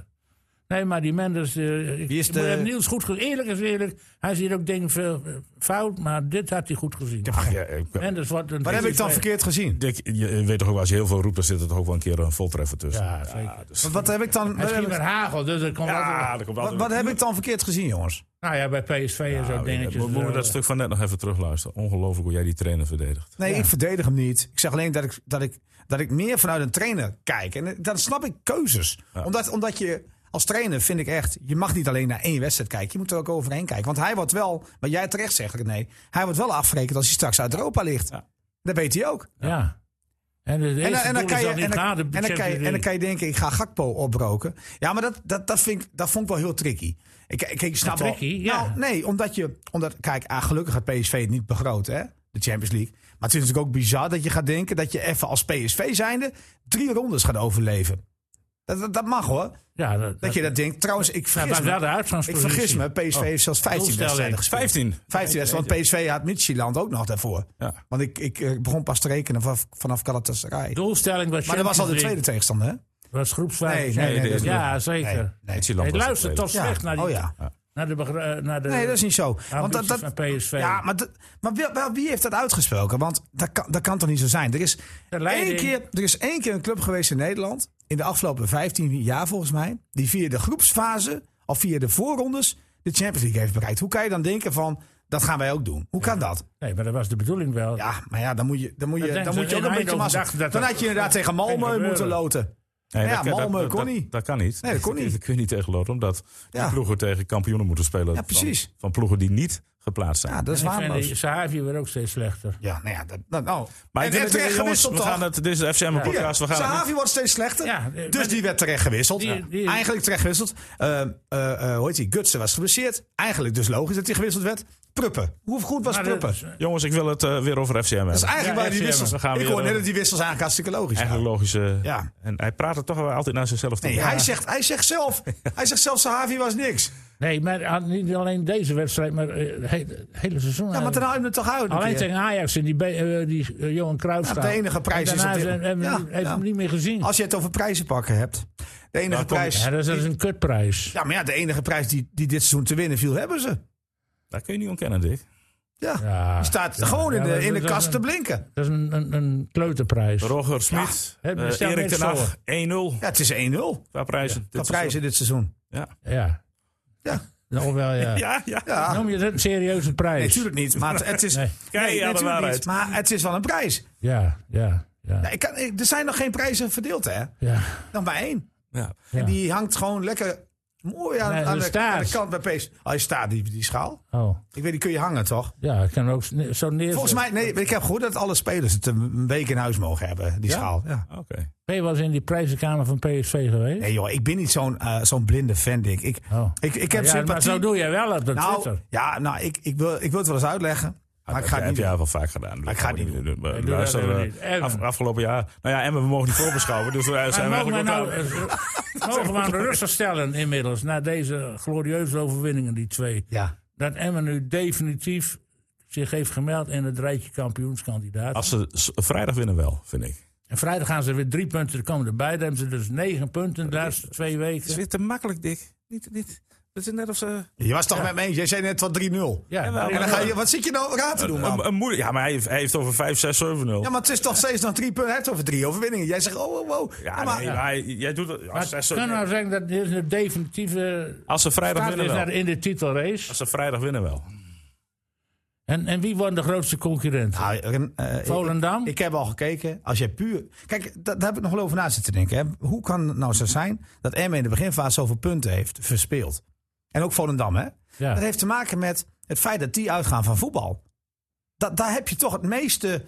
S2: nee, maar die Mendes... eh, ik,
S5: Wie is
S2: ik
S5: de-
S2: moet hem Niels goed gezien. Eerlijk is eerlijk. Hij ziet ook dingen veel eh, fout, maar dit had hij goed gezien.
S1: Ach, ja, ik-
S2: Mendes wordt een...
S5: Wat heb ik dan verkeerd gezien?
S1: Dick, je je weet toch ook, als je heel veel roept, dan zit er toch ook wel een keer een voltreffer tussen.
S2: Ja, zeker.
S1: dus-
S5: Wat heb ik dan,
S2: Hij
S5: wat heb
S2: schiet met
S5: ik,
S2: hagel, dus dat komt
S1: Ja,
S2: altijd...
S1: dat komt
S5: wat,
S1: altijd
S5: wat
S1: weer.
S5: heb ik dan verkeerd gezien, jongens?
S2: Nou ja, bij PSV en zo
S1: Nou,
S2: dingetjes.
S1: Mo- Moeten we
S2: eh,
S1: dat stuk van net nog even terugluisteren? Ongelooflijk hoe jij die trainer verdedigt.
S5: Nee, ik verdedig hem niet. Ik zeg alleen dat ik, dat ik, dat ik meer vanuit een trainer kijk. En dan snap ik keuzes. Omdat, omdat je als trainer vind ik echt, je mag niet alleen naar één wedstrijd kijken. Je moet er ook overheen kijken. Want hij wordt wel, wat jij terecht zegt, nee, hij wordt wel afgerekend als hij straks uit Europa ligt.
S1: Ja.
S5: Dat weet hij ook.
S2: Ja. En, het
S5: En, dan-
S2: eerste
S5: en, dan,
S2: doel
S5: kan
S2: is
S5: je,
S2: dan
S5: en,
S2: niet
S5: dan,
S2: na de
S5: en, dan kan je,
S2: Champions
S5: en dan
S2: League.
S5: kan je denken, ik ga Gakpo opbroken. Ja, maar dat, dat, dat, vind ik, dat vond ik wel heel tricky. Ik, ik, ik snap wel.
S2: Tricky, ja.
S5: Nou, nee, omdat je... Omdat, kijk, ah, gelukkig gaat PSV het niet begroten, hè? De Champions League. Maar het is natuurlijk ook bizar dat je gaat denken... dat je even als PSV zijnde drie rondes gaat overleven. Dat, dat, dat mag hoor.
S2: Ja,
S5: Dat je dat denkt. Trouwens, ik
S2: Ja,
S5: vergis
S2: maar
S5: me.
S2: wel de
S5: Ik
S2: uitgangspositie.
S5: vergis me, PSV
S2: Oh.
S5: heeft zelfs 15
S2: Doelstelling.
S5: wedstrijden gespeeld.
S1: 15.
S5: 15 wedstrijden, want PSV had Midtjylland ook nog daarvoor.
S1: Ja.
S5: Want ik, ik eh, begon pas te rekenen vanaf, vanaf Galatasaray.
S2: Doelstelling was
S5: Maar dat was al de
S2: Champions
S5: tweede
S2: League.
S5: tegenstander, hè?
S2: was groepsfase.
S5: Nee, nee,
S1: nee,
S5: nee.
S1: dat is
S5: dat-
S2: Ja, zeker.
S5: Nee, nee.
S1: Midtjylland was
S2: Hij
S1: de
S2: luistert
S1: tweede.
S2: toch slecht
S5: Ja,
S2: naar, die,
S5: oh ja.
S2: naar de... begra- eh, Naar de
S5: Nee, dat is niet zo.
S2: Nou,
S5: Want dat, dat,
S2: ambities van PSV.
S5: Ja, maar, dat- maar wel- wel, wie heeft dat uitgesproken? Want dat kan, dat kan toch niet zo zijn? Er is,
S2: De leiding.
S5: één keer, er is één keer een club geweest in Nederland... in de afgelopen 15 jaar volgens mij... die via de groepsfase of via de voorrondes... de Champions League heeft bereikt. Hoe kan je dan denken van... dat gaan wij ook doen? Hoe kan dat?
S2: nee, maar dat was de bedoeling wel.
S5: Ja, maar ja, dan moet je, dan moet je,
S2: Dat
S5: dan
S2: denkt
S5: moet je
S2: er
S5: ook een
S2: in
S5: beetje
S2: Eindhoven
S5: massa.
S2: dacht dat
S5: Dan
S2: dat-
S5: had je inderdaad tegen
S2: ging
S5: Malmö
S2: gebeuren.
S5: moeten loten.
S1: Nee,
S5: Ja,
S1: dat kan-
S5: Malmö
S1: dat-
S5: kon
S1: dat-
S5: niet.
S1: Dat kan niet.
S5: Nee, dat kon niet.
S1: Dat kun je niet tegenlopen, omdat
S5: Ja.
S1: die ploegen tegen kampioenen moeten spelen.
S5: Ja, precies.
S1: Van, van ploegen die niet geplaatst zijn.
S5: Ja, dat is
S2: En ik vind die
S5: waardeloos.
S2: Sahavi weer ook steeds slechter.
S5: Ja, nou ja, dat, nou, nou.
S1: Maar
S5: en,
S1: ik denk dat-
S5: en terecht
S1: jongens,
S5: gewisseld
S1: we gaan
S5: toch?
S1: het, dit is de FCM
S5: Hier,
S1: podcast. We gaan het-
S5: Sahavi wordt steeds slechter.
S2: Ja, eh, maar
S5: dus die werd terecht gewisseld.
S2: Die- die-
S5: Eigenlijk terecht gewisseld. Eh, eh, eh, hoe heet die? Gutsen was geblesseerd. Eigenlijk dus logisch dat hij gewisseld werd. Pruppen. Hoe goed was
S2: Maar eh,
S5: Pruppen?
S2: dat-
S5: Dat
S1: Jongens, ik wil het eh, weer over FCM hebben.
S5: is eigenlijk
S2: Ja,
S5: waar die
S2: FCM,
S5: wissels...
S1: we gaan
S5: Ik
S1: weer,
S5: hoor net
S1: eh,
S5: dat die wissels eigenlijk hartstikke logisch waren.
S1: Eigenlijk logisch. eh,
S5: Ja.
S1: En hij praat er toch wel altijd naar zichzelf toe.
S5: Nee, hij, zegt, hij zegt zelf... hij zegt zelf, Sahavi was niks. Nou,
S2: Nee, maar ah, niet alleen deze wedstrijd, maar eh, he- het hele seizoen.
S5: Ja, maar
S2: eigenlijk.
S5: dan hou je hem er toch uit. een
S2: Alleen
S5: keer.
S2: tegen Ajax en die, be- eh, die eh, Johan Cruijff
S5: Nou,
S2: staat.
S5: de enige prijs
S2: En
S5: is
S2: daarna
S5: op dit-
S2: hebben we hem-
S5: Ja,
S2: heeft
S5: ja.
S2: hem niet meer gezien.
S5: Als je het over prijzen pakken hebt. De enige
S1: Nou, kom-
S5: prijs...
S2: Ja, dat is, dat is een kutprijs.
S5: Ja, maar ja, de enige prijs die, die dit seizoen te winnen viel, hebben ze.
S1: Dat kun je niet ontkennen, Dick.
S5: Ja.
S2: Ja.
S5: Die staat
S2: Ja,
S5: gewoon in
S2: ja,
S5: de,
S2: dat-
S5: in de
S2: dat-
S5: kast
S2: dat-
S5: te blinken.
S2: Dat is een, een, een kleuterprijs.
S1: Roger Smit,
S2: Ja,
S1: eh,
S2: stel
S1: Erik
S2: niks
S1: ten Hag,
S2: voor.
S1: 1-0
S5: Ja, het is 1-0.
S1: qua prijzen. Dit
S5: Qua
S1: is-
S5: prijzen dit seizoen.
S1: Ja,
S2: Ja.
S5: Ja.
S2: Nou wel, ja.
S1: ja, ja.
S5: Ja,
S2: Noem je dat een serieuze prijs?
S5: nee, natuurlijk niet. Maar het, het is.
S2: Nee.
S5: Nee,
S1: Kei aan de
S5: natuurlijk
S1: waarheid.
S5: niet, maar het is wel een prijs.
S2: Ja, ja, ja.
S5: Ja, ik kan, ik- er zijn nog geen prijzen verdeeld, hè?
S2: ja.
S5: Dan maar één.
S1: Ja.
S2: Ja.
S5: En die hangt gewoon lekker mooi aan,
S2: Nee,
S5: aan,
S2: de
S5: de,
S2: staart.
S5: aan de kant bij Pees. Oh, je staat die, die schaal.
S2: Oh,
S5: Ik weet, die kun je hangen, toch?
S2: ja, ik kan ook sne- zo neer.
S5: Volgens mij, nee, ik heb gehoord dat alle spelers het een week in huis mogen hebben, die
S2: Ja?
S5: schaal. Ja.
S1: Oké.
S2: P was in die prijzenkamer van PSV geweest.
S5: Nee joh, ik ben niet zo'n eh, zo'n blinde fan, Dick. Ik,
S2: Oh.
S5: ik, ik heb
S2: ja, maar
S5: sympathie.
S2: zo doe jij wel op de
S5: nou,
S2: Twitter.
S5: ja, nou ik, ik, wil, ik wil het wel eens uitleggen. Maar ik ga
S1: Ah, dat
S5: het
S1: heb jij
S5: niet doen.
S1: wel vaak gedaan.
S5: ik ga het niet
S1: Maar
S2: Nee, doe
S1: luister,
S2: dat even
S1: eh,
S2: niet. Emmen.
S1: af- afgelopen jaar. Nou ja, Emmen, we mogen niet voorbeschouwen. Dus daar zijn we
S2: Maar mogen we
S1: eigenlijk ook
S2: nou,
S1: aan.
S2: eh, mogen we aan de rustig stellen inmiddels, na deze glorieuze overwinningen, die twee,
S5: Ja.
S2: dat Emmen nu definitief zich heeft gemeld in het rijtje kampioenskandidaat.
S1: Als ze s- vrijdag winnen wel, vind ik.
S2: En vrijdag gaan ze weer drie punten, er komen erbij, dan hebben ze dus negen punten in de laatste twee
S1: Het is
S2: weken.
S1: weer te makkelijk, Dick. Niet, niet. Het is net of ze...
S5: Je was toch met me eens? Jij zei net tot 3-0.
S2: Ja,
S1: Ja, maar-
S5: En dan
S2: maar-
S5: ga je, wat zit je nou raar te doen, man?
S1: Een, een moeilijk- ja, maar hij heeft, hij heeft over 5, 6, 7, 0.
S5: Ja, maar het is toch steeds nog drie punten. Hij heeft over drie overwinningen. Jij zegt, oh, oh, oh. Ja, maar,
S1: nee, maar hij- jij doet het...
S2: maar
S1: Als, als,
S2: kunnen we nou
S1: ze,
S2: zeggen dat dit de definitieve
S1: als ze vrijdag
S2: start is
S1: winnen
S2: naar,
S1: wel.
S2: in de titelrace?
S1: Als ze vrijdag winnen wel.
S2: En, en wie worden de grootste concurrent?
S5: Nou, Ren, eh, ik-
S2: Volendam?
S5: Ik, heb al gekeken. Als jij puur. Kijk, da- daar heb ik nog wel over na zitten denken. Hè. Hoe kan het nou zo zijn dat Emmen in de beginfase zoveel punten heeft verspeeld? En ook Volendam, hè?
S2: Ja.
S5: Dat heeft te maken met het feit dat die uitgaan van voetbal. Dat, daar heb je toch het meeste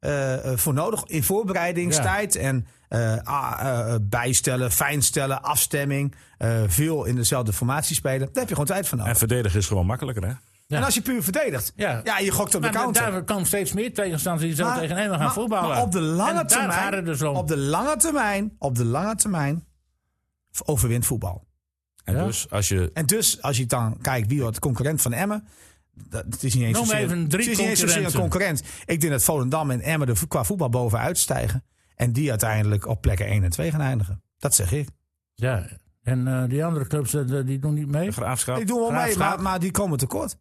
S5: eh, eh, voor nodig in voorbereidingstijd en eh, ah, eh, eh, bijstellen, fijnstellen, afstemming. eh, veel in dezelfde formatie spelen. Daar heb je gewoon tijd voor nodig.
S1: En verdedigen is gewoon makkelijker, hè?
S5: En als je puur verdedigt,
S2: Ja.
S5: ja, je gokt op de
S2: Maar
S5: counter.
S2: daar kan steeds meer tegenstanders die zo
S5: Maar-
S2: tegen Emmen gaan
S5: maar-
S2: voetballen.
S5: Maar op de lange
S2: en daar gaat
S5: termijn.
S2: het dus om.
S5: Op de lange termijn. Op de lange termijn. Overwint voetbal.
S1: En
S2: Ja.
S1: dus als je...
S5: En dus als je dan kijkt wie wordt concurrent van Emmen. Dat het is niet eens
S2: Noem
S5: zozeer-
S2: even drie
S5: het is niet eens zozeer een concurrent. Ik denk dat Volendam en Emmen er vo- qua voetbal bovenuit stijgen. En die uiteindelijk op plekken 1 en 2 gaan eindigen. Dat zeg ik.
S2: Ja, en eh, die andere clubs eh, die doen niet mee.
S1: De graafschap...
S5: Ik doe wel mee,
S2: Graafschap.
S5: maar, maar die komen tekort.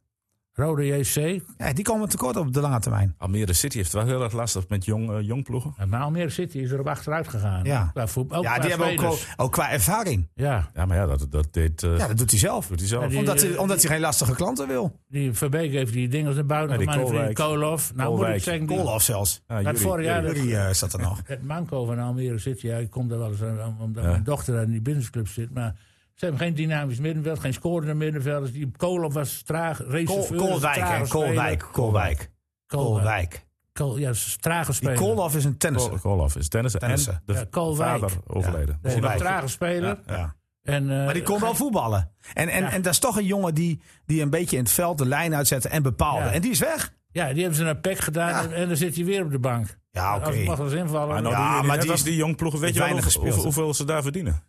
S2: Rode eh, JC.
S5: Ja, die komen tekort op de lange termijn.
S1: Almere City heeft het wel heel erg lastig met jong, eh, jong ploegen.
S2: Maar Almere City is erop achteruit gegaan.
S5: Ja.
S2: Qua voetbal, ook
S5: ja,
S2: qua
S5: die hebben ook,
S2: spelers.
S5: gewoon- ook qua ervaring.
S2: Ja,
S1: Ja, maar ja, dat, dat deed... eh,
S5: Ja, dat doet hij zelf.
S1: Doet hij zelf.
S2: Ja, die-
S5: Omdat hij, omdat hij geen lastige klanten wil.
S2: die Verbeek heeft die dingen naar buiten
S1: Ja, die
S2: gemaakt. Die
S1: Koolwijk.
S2: Koolhof. Nou moet ik
S1: Koolwijk.
S2: zeggen, die,
S5: Goal of zelfs.
S1: Ah,
S2: dat
S1: Jurie,
S2: vorig jaar
S1: Jurie.
S2: dat-
S5: Jury eh, zat er nog.
S2: het manco van Almere City. Ja, ik kom daar wel eens aan, omdat mijn dochter in die businessclub zit. Maar ze hebben geen dynamisch middenveld, geen scorende middenvelders. Die Koolhof was traag,
S5: Kool-
S2: reserveur.
S5: Koolwijk, hè? Koolwijk, Koolwijk.
S2: Koolwijk.
S5: Koolwijk.
S2: Kool, ja, ze is trage
S5: Die
S2: speler.
S5: Koolhoff is een
S1: Kol-
S5: tennisser.
S1: Koloff is tennissen. En
S5: Tennissen.
S1: de
S2: Ja, Koolwijk.
S1: vader overleden.
S2: Dat is een
S5: Koolwijk.
S2: trage speler.
S5: Ja.
S2: En, eh,
S5: Maar die kon wel voetballen. En, en, en dat is toch een jongen die, die een beetje in het veld de lijn uitzette en bepaalde.
S2: Ja.
S5: En die is weg.
S2: Ja, die hebben ze naar PEC gedaan
S5: Ja.
S2: en, en dan zit hij weer op de bank.
S5: Ja, oké.
S2: Als het mag wel eens invallen.
S1: Maar, nou,
S5: Ja,
S1: die, die,
S5: maar die
S1: die,
S5: is-
S1: die jong ploegen, weet
S5: heeft
S1: je wel
S5: weinig
S1: hoeveel-
S5: gespeeld.
S1: hoeveel ze daar verdienen?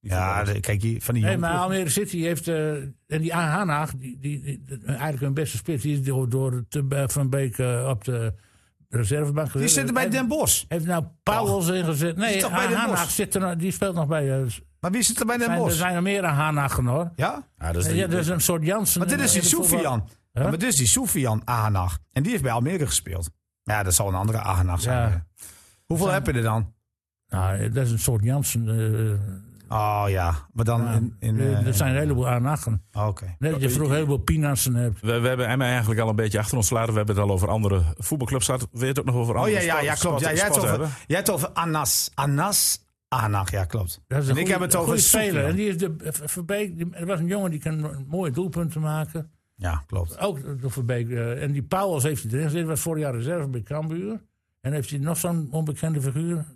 S1: Die
S5: Ja,
S1: voetballers.
S5: de- kijk, die, van die
S2: Nee,
S5: jongen.
S2: maar Almere City heeft, eh, en die Aanhaag, die, die, die- eigenlijk hun beste spits, die is door, door Te- eh, Van Beek eh, op de reservebank gezet.
S5: die zitten bij
S2: Heeft-
S5: Den Bosch.
S2: Heeft nou Pauwels ingezet.
S5: is
S2: Nee,
S5: toch bij Den
S2: Aanhaag
S5: Bosch?
S2: zit er, nog- die speelt nog bij. eh, s-
S5: Maar wie zit er bij Den
S2: zijn- er
S5: Bosch?
S2: zijn er meer Aanhagen hoor.
S5: Ja?
S1: Ja, dat is die-
S2: Ja, dat is een soort Jansen. eh,
S5: Maar dit
S2: in-
S5: is die
S2: in de voetbal.
S5: Soufian.
S2: Huh?
S5: Maar dit is die Soufian Ahanag. En die heeft bij Almere gespeeld. Ja, dat zal een andere Ahanag zijn.
S2: Ja.
S5: Hoeveel heb je er dan?
S2: Nou, dat is een soort Jansen. eh,
S5: Oh ja, maar dan in... in
S2: eh,
S5: eh, Oh,
S2: er zijn een heleboel Aanhagen.
S5: Oké.
S2: Net als je vroeg een heleboel Pinassen hebt.
S1: We, we hebben Emmen eigenlijk al een beetje achter ons gelaten. We hebben het al over andere voetbalclubs gehad. Weet het ook nog over
S5: Oh
S1: andere
S5: ja, ja,
S1: sporten-
S5: ja klopt. Ja,
S1: sporten-
S5: jij, hebt
S1: sporten
S5: over, jij hebt over Anas. Anas Anach, ja, klopt.
S2: Dat is een
S5: en ik
S2: goeie-
S5: heb het
S2: een
S5: over
S2: goeie speler. En
S5: Sofian.
S2: die is de eh, Verbeek. die- Er was een jongen die kan mooie doelpunten maken.
S5: Ja, klopt.
S2: Ook door Verbeek. eh, En die Pauwels heeft hij erin gezeten. Was vorig jaar reserve bij Cambuur. En heeft hij nog zo'n onbekende figuur.
S1: hebben.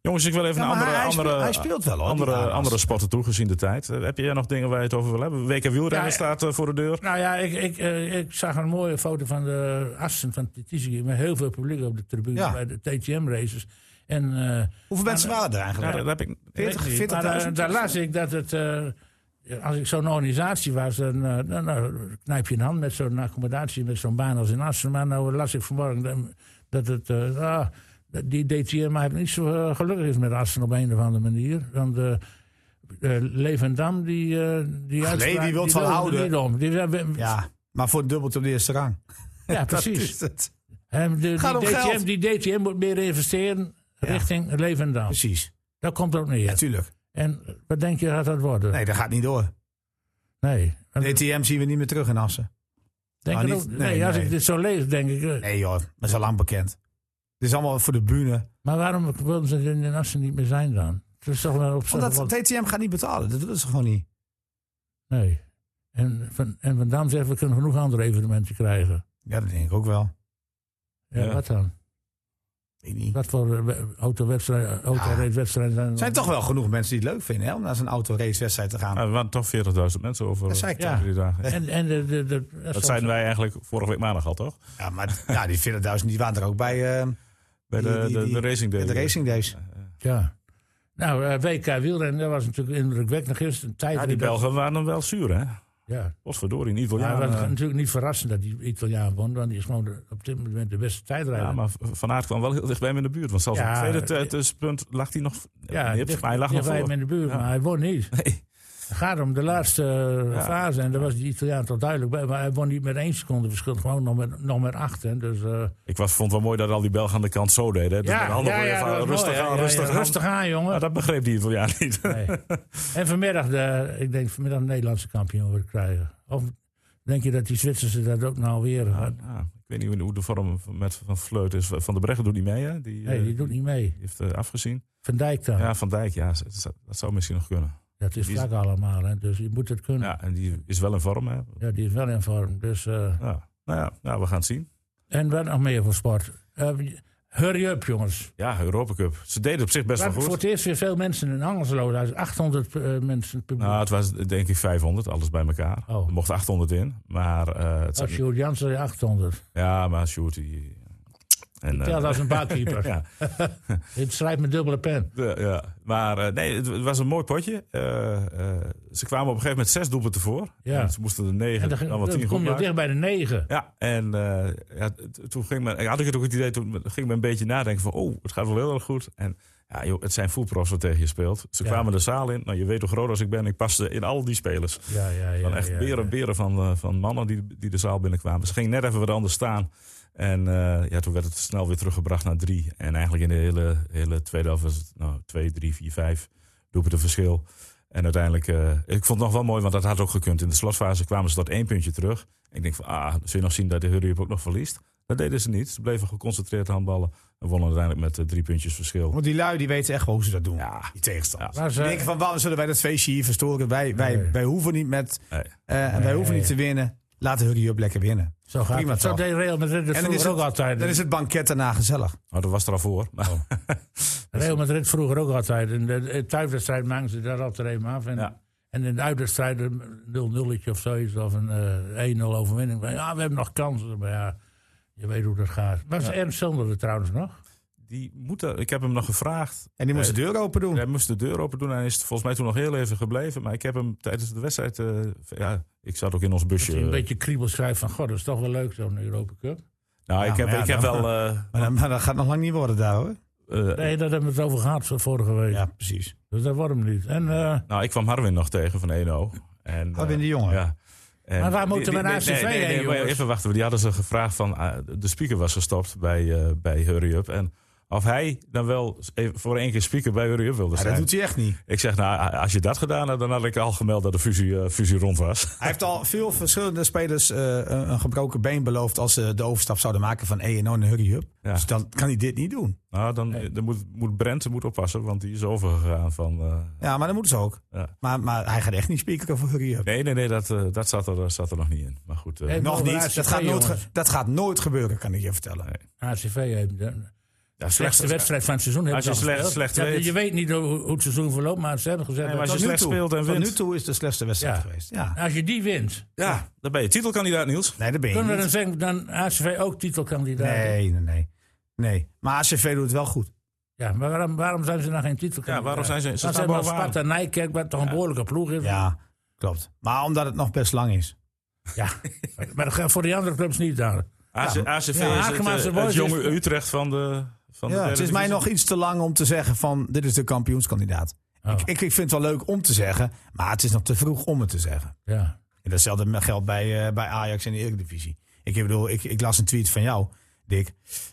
S1: Jongens, ik wil even
S5: Ja,
S1: naar
S5: maar
S1: andere,
S5: hij,
S1: andere,
S5: speelt, hij speelt wel hoor.
S1: andere,
S5: die Anas.
S1: andere sporten toegezien de tijd. Eh, Heb jij nog dingen waar je het over wil hebben? WK wielrennen
S2: Ja,
S1: staat eh, voor de deur.
S2: Nou ja, ik, ik, eh, ik zag een mooie foto van de Assen van Titizi. Met heel veel publiek op de tribune
S5: Ja.
S2: bij de TTM-races. En eh,
S5: Hoeveel mensen waren er eigenlijk?
S1: Ja, daar heb ik,
S2: Weet ik niet.
S5: 40.000?
S2: Maar, eh, daar las ik dat het. eh, als ik zo'n organisatie was, dan eh, nou, nou, knijp je een hand met zo'n accommodatie, met zo'n baan als in Assen. Maar nou las ik vanmorgen dat, dat het. eh, ah, dat die DTM eigenlijk niet zo eh, gelukkig is met Assen op een of andere manier. Want eh, eh, Leendam, die. eh, die
S5: Ach,
S2: uitspraak,
S5: nee, die wil het
S2: wil
S5: wel
S2: er
S5: houden.
S2: niet om. Die, ja, we- ja,
S5: Ja, maar voor dubbelt op de eerste rang.
S2: precies.
S5: Dat is het.
S2: Hè, de- die,
S5: Gaat om
S2: DTM,
S5: geld.
S2: die DTM moet meer investeren richting Leendam.
S5: Precies.
S2: Dat komt ook neer.
S5: Natuurlijk.
S2: en wat denk je gaat dat worden?
S5: Nee, dat gaat niet door.
S2: Nee.
S5: DTM zien we niet meer terug in Assen.
S2: Denk
S5: nou,
S2: het
S5: niet-
S2: ook-
S5: nee,
S2: nee, als
S5: nee.
S2: ik dit zo lees, denk ik... eh,
S5: Nee joh, dat is al lang bekend. Het is allemaal voor de bühne.
S2: Maar waarom wilden ze in Assen niet meer zijn dan? Het is toch wel op zich...
S5: Omdat
S2: wel-
S5: DTM gaat niet betalen. Dat willen ze gewoon niet.
S2: Nee. En Van, en van Dam zegt, we kunnen genoeg andere evenementen krijgen.
S5: Ja, dat denk ik ook wel.
S2: Ja,
S1: Ja.
S2: wat dan?
S5: Ik niet.
S2: Wat voor eh, we- autowedstrijden autoracewedstrijden zijn er?
S5: Er zijn toch wel genoeg mensen die het leuk vinden hè, om naar zo'n autoracewedstrijd te gaan.
S1: Nou, er waren toch 40.000 mensen over
S5: Dat zei ik
S1: eh,
S2: toch.
S1: drie dagen.
S2: En, en de, de, de-
S1: Dat zeiden wij eigenlijk vorige week maandag al, toch?
S5: Ja, maar ja, die 40.000 die waren er ook bij eh,
S1: Bij de,
S5: Die- die-
S1: de, de
S5: die-
S1: Racing Day.
S5: de Racing Days.
S2: Ja. Nou, eh, WK wielrennen, dat was natuurlijk indrukwekkend gisteren. Een Tijd
S1: Ja, die
S2: dat-
S1: Belgen waren dan wel zuur, hè?
S2: Ja.
S1: Potverdorie, niet
S2: Maar
S1: Italiaan.
S2: het was
S1: eh,
S2: natuurlijk niet verrassend dat die Italiaan won, want die is gewoon de- op dit moment de beste tijdrijder.
S1: Ja, maar Van Aert kwam wel heel dichtbij hem in de buurt. Want zelfs
S2: Ja,
S1: op het
S2: eh,
S1: tweede tussenpunt lag hij nog...
S2: Ja,
S1: Ja, nee,
S2: dicht-
S1: maar hij lag nog
S2: dichtbij
S1: voor.
S2: hem in de buurt,
S1: Ja.
S2: maar hij won niet.
S1: Nee.
S2: Het gaat om de laatste eh,
S1: Ja.
S2: fase en daar was die Italiaan toch duidelijk bij. Maar hij won niet met één seconde verschil, gewoon nog met, nog met acht. Hè. Dus, eh,
S1: Ik was, vond het wel mooi dat al die Belgen aan de kant zo deden. hè. Dus met de handen voor je van,
S2: dat was
S1: rustig
S2: mooi, hè.
S1: aan,
S2: Ja, ja,
S1: rustig aan.
S2: rustig aan, jongen.
S1: Maar Ah, dat begreep die Italiaan niet.
S2: Nee. En vanmiddag, de, ik denk vanmiddag een Nederlandse kampioen weer krijgen. Of denk je dat die Zwitserse dat ook nou weer...
S1: Ja, Ah, ik weet niet hoe de- hoe de vorm van- met van Fleut is. Van der Breggen doet niet mee, hè? Die,
S2: nee,
S1: eh,
S2: die doet niet mee.
S1: die heeft eh, afgezien.
S2: Van Dijk dan.
S1: Ja, Van Dijk, ja, dat zou- dat zou misschien nog kunnen.
S2: dat is
S1: die is-
S2: vlak allemaal, hè. dus je moet het kunnen. Ja.
S1: Ja, en die is wel in vorm, hè?
S2: die is wel in vorm. Dus, eh,
S1: Ja. Nou ja, nou, we gaan het zien.
S2: en wat nog meer voor sport? Eh, hurry up, jongens.
S1: Ja, Europa Cup. Ze deden op zich best
S2: Waar
S1: wel
S2: voor het
S1: goed.
S2: eerst weer veel mensen in Angelslo. Daar is 800 eh, mensen
S5: Ah,
S2: publiek.
S1: Nou, het was denk ik 500, alles bij elkaar.
S2: Oh.
S1: Er mocht 800 in. Maar eh, het
S2: Als
S1: zijn-
S2: Sjoerd Jansen zei 800.
S1: Ja, maar Sjoerd die... En, eh,
S2: Ja, dat is een barkeeper.
S1: ja,
S2: Het schrijft met dubbele pen.
S1: de- ja. Maar eh, nee, het, het was een mooi potje. Eh, eh, ze kwamen op een gegeven moment zes doelpunten voor.
S2: Ja.
S1: En ze moesten er
S2: En
S1: negen,
S2: dan,
S1: dan, wel
S2: dan
S1: tien goed
S2: kom je ook
S1: maken.
S2: dicht bij de 9.
S1: Ja, en eh, ja, t- toen ging men, had ik het ook het idee, toen ging men een beetje nadenken van... oh, het gaat wel heel erg goed. En ja, joh, het zijn voetprofs wat tegen je speelt. Ze
S2: Ja.
S1: kwamen de zaal in. Nou, je weet hoe groot als ik ben. Ik paste in al die spelers.
S2: Ja, ja, ja.
S1: Van echt
S2: ja,
S1: beren, beren van, eh, van mannen die, die de zaal binnenkwamen. Ze gingen net even wat anders staan. En eh, ja, toen werd het snel weer teruggebracht naar drie. En eigenlijk in de hele, hele tweede helft was het nou, twee, drie, vier, vijf. Doepen de verschil. En uiteindelijk, eh, ik vond het nog wel mooi, want dat had ook gekund. In de slotfase kwamen ze tot één puntje terug. Ik denk van, ah, zul je nog zien dat de Hurry Up ook nog verliest? Dat deden ze niet. Ze bleven geconcentreerd handballen. En wonnen uiteindelijk met eh, drie puntjes verschil.
S5: Want die lui die weten echt wel hoe ze dat doen.
S1: Ja.
S5: Die tegenstanders.
S2: Maar ze-
S5: Die denken van waarom zullen wij dat feestje hier verstoren? Wij, wij,
S2: Nee.
S5: wij hoeven niet met
S1: Nee.
S5: eh, en wij hoeven niet te winnen. Laat de hurry up lekker winnen.
S2: Zo gaat
S5: Prima
S2: het. Zo
S5: toch?
S2: deed Real Madrid het
S5: En dan is
S2: vroeger ook
S5: het,
S2: altijd.
S5: dan is het banket daarna gezellig.
S1: Nou, dat was er al voor. Maar,
S2: Real Madrid vroeger ook altijd. In de, de thuiswedstrijd maken ze daar altijd even af. En,
S1: Ja.
S2: en in de uitwedstrijd een 0-0 of zoiets. Of een eh, 1-0 overwinning. Maar ja, we hebben nog kansen. Maar ja, je weet hoe dat gaat. Was Ernst Sander er trouwens nog?
S1: die moeten, ik heb hem nog gevraagd.
S5: En die moest
S1: Eh,
S5: de deur open doen.
S1: Hij moest de deur open doen en hij is volgens mij toen nog heel even gebleven. Maar ik heb hem tijdens de wedstrijd. eh, ja, ik zat ook in ons
S2: Dat
S1: busje.
S2: hij een beetje kriebel schrijft van... God, dat is toch wel leuk zo'n Europa Cup.
S1: nou,
S5: Ja,
S1: ik heb,
S5: maar ja,
S1: ik heb
S5: dan-
S1: wel. eh,
S5: Maar, dan- maar dat gaat nog lang niet worden daar hoor.
S1: eh,
S2: Nee, daar hebben we het over gehad van vorige week.
S5: Ja, precies.
S2: Dus dat wordt hem niet. En, eh,
S1: Nou, ik kwam Harwin nog tegen van 1-0. En, eh,
S5: Harwin de Jonge.
S1: Ja. En
S2: Maar waar moeten
S1: die-
S2: we
S1: die-
S2: naar
S1: nee,
S2: CV
S1: nee, nee,
S2: heen,
S1: maar
S2: jongens?
S1: Even wachten, die hadden ze gevraagd van... ah, de speaker was gestopt bij, eh, bij Hurry Up. En of hij dan wel even voor één keer speaker bij Hurry Up wilde
S5: Maar
S1: zijn.
S5: dat doet hij echt niet.
S1: Ik zeg, nou, als je dat gedaan had, dan had ik al gemeld dat de fusie, eh, fusie rond was.
S5: Hij heeft al veel verschillende spelers eh, een, een gebroken been beloofd als ze de overstap zouden maken van ENO naar Hurry Up.
S1: Ja.
S5: Dus dan kan hij dit niet doen.
S1: Nou, dan, dan moet, moet Brent moet oppassen, want die is overgegaan van... eh,
S5: Ja, maar dat moeten ze ook.
S1: Ja.
S5: Maar, maar hij gaat echt niet spreken over Hurry Up.
S1: Nee, nee, nee, dat, eh, dat zat, er, zat er nog niet in. Maar goed, eh,
S2: Hey,
S5: Nog
S2: Mogen we naar
S5: niet. Dat
S2: ACV,
S5: gaat, nooit
S2: jongens?
S5: ge- dat gaat nooit gebeuren, kan ik je vertellen.
S2: ACV heeft... De
S1: ja,
S2: slechtste wedstrijd van het seizoen hebben
S1: Als je
S2: ze al
S1: slecht-
S2: gespeeld.
S1: slecht
S2: Ja,
S1: weet.
S2: Je weet niet hoe, hoe het seizoen verloopt, maar ze hebben gezegd...
S1: Nee, maar
S2: dat-
S1: als je
S5: Tot nu
S1: slecht
S5: toe-
S1: speelt en
S5: Tot nu
S1: wint.
S5: toe is het de slechtste wedstrijd
S2: Ja.
S5: geweest. Ja.
S2: Als je die wint,
S1: Ja, dan ben je titelkandidaat, Niels.
S5: Nee, dat ben je
S2: kunnen we
S5: niet.
S2: dan zeggen dan ACV ook titelkandidaat?
S5: Nee, nee, nee. Nee. Maar ACV doet het wel goed.
S2: Ja, maar waarom, waarom zijn ze nou geen titelkandidaat?
S1: Ja, waarom zijn ze- ze
S2: Dan
S1: staan
S2: zijn we als
S1: bovenaan.
S2: Sparta Nijkerk, wat toch een behoorlijke ploeg is.
S5: Ja, klopt. Maar omdat het nog best lang is.
S2: Ja. maar dat geldt voor die andere clubs niet daar.
S1: AC, ACV
S2: Ja,
S1: is het,
S2: Hagenmaatse
S1: eh, het,
S2: Boys is-
S1: jonge Utrecht van de... Van de
S5: Ja,
S1: derde
S5: het is mij
S1: divisie.
S5: nog iets te lang om te zeggen van dit is de kampioenskandidaat.
S2: Oh.
S5: Ik, ik, ik vind het wel leuk om te zeggen, maar het is nog te vroeg om het te zeggen.
S2: Ja.
S5: En datzelfde geldt bij, eh, bij Ajax en de Eredivisie. Ik bedoel, ik, ik las een tweet van jou. Dick,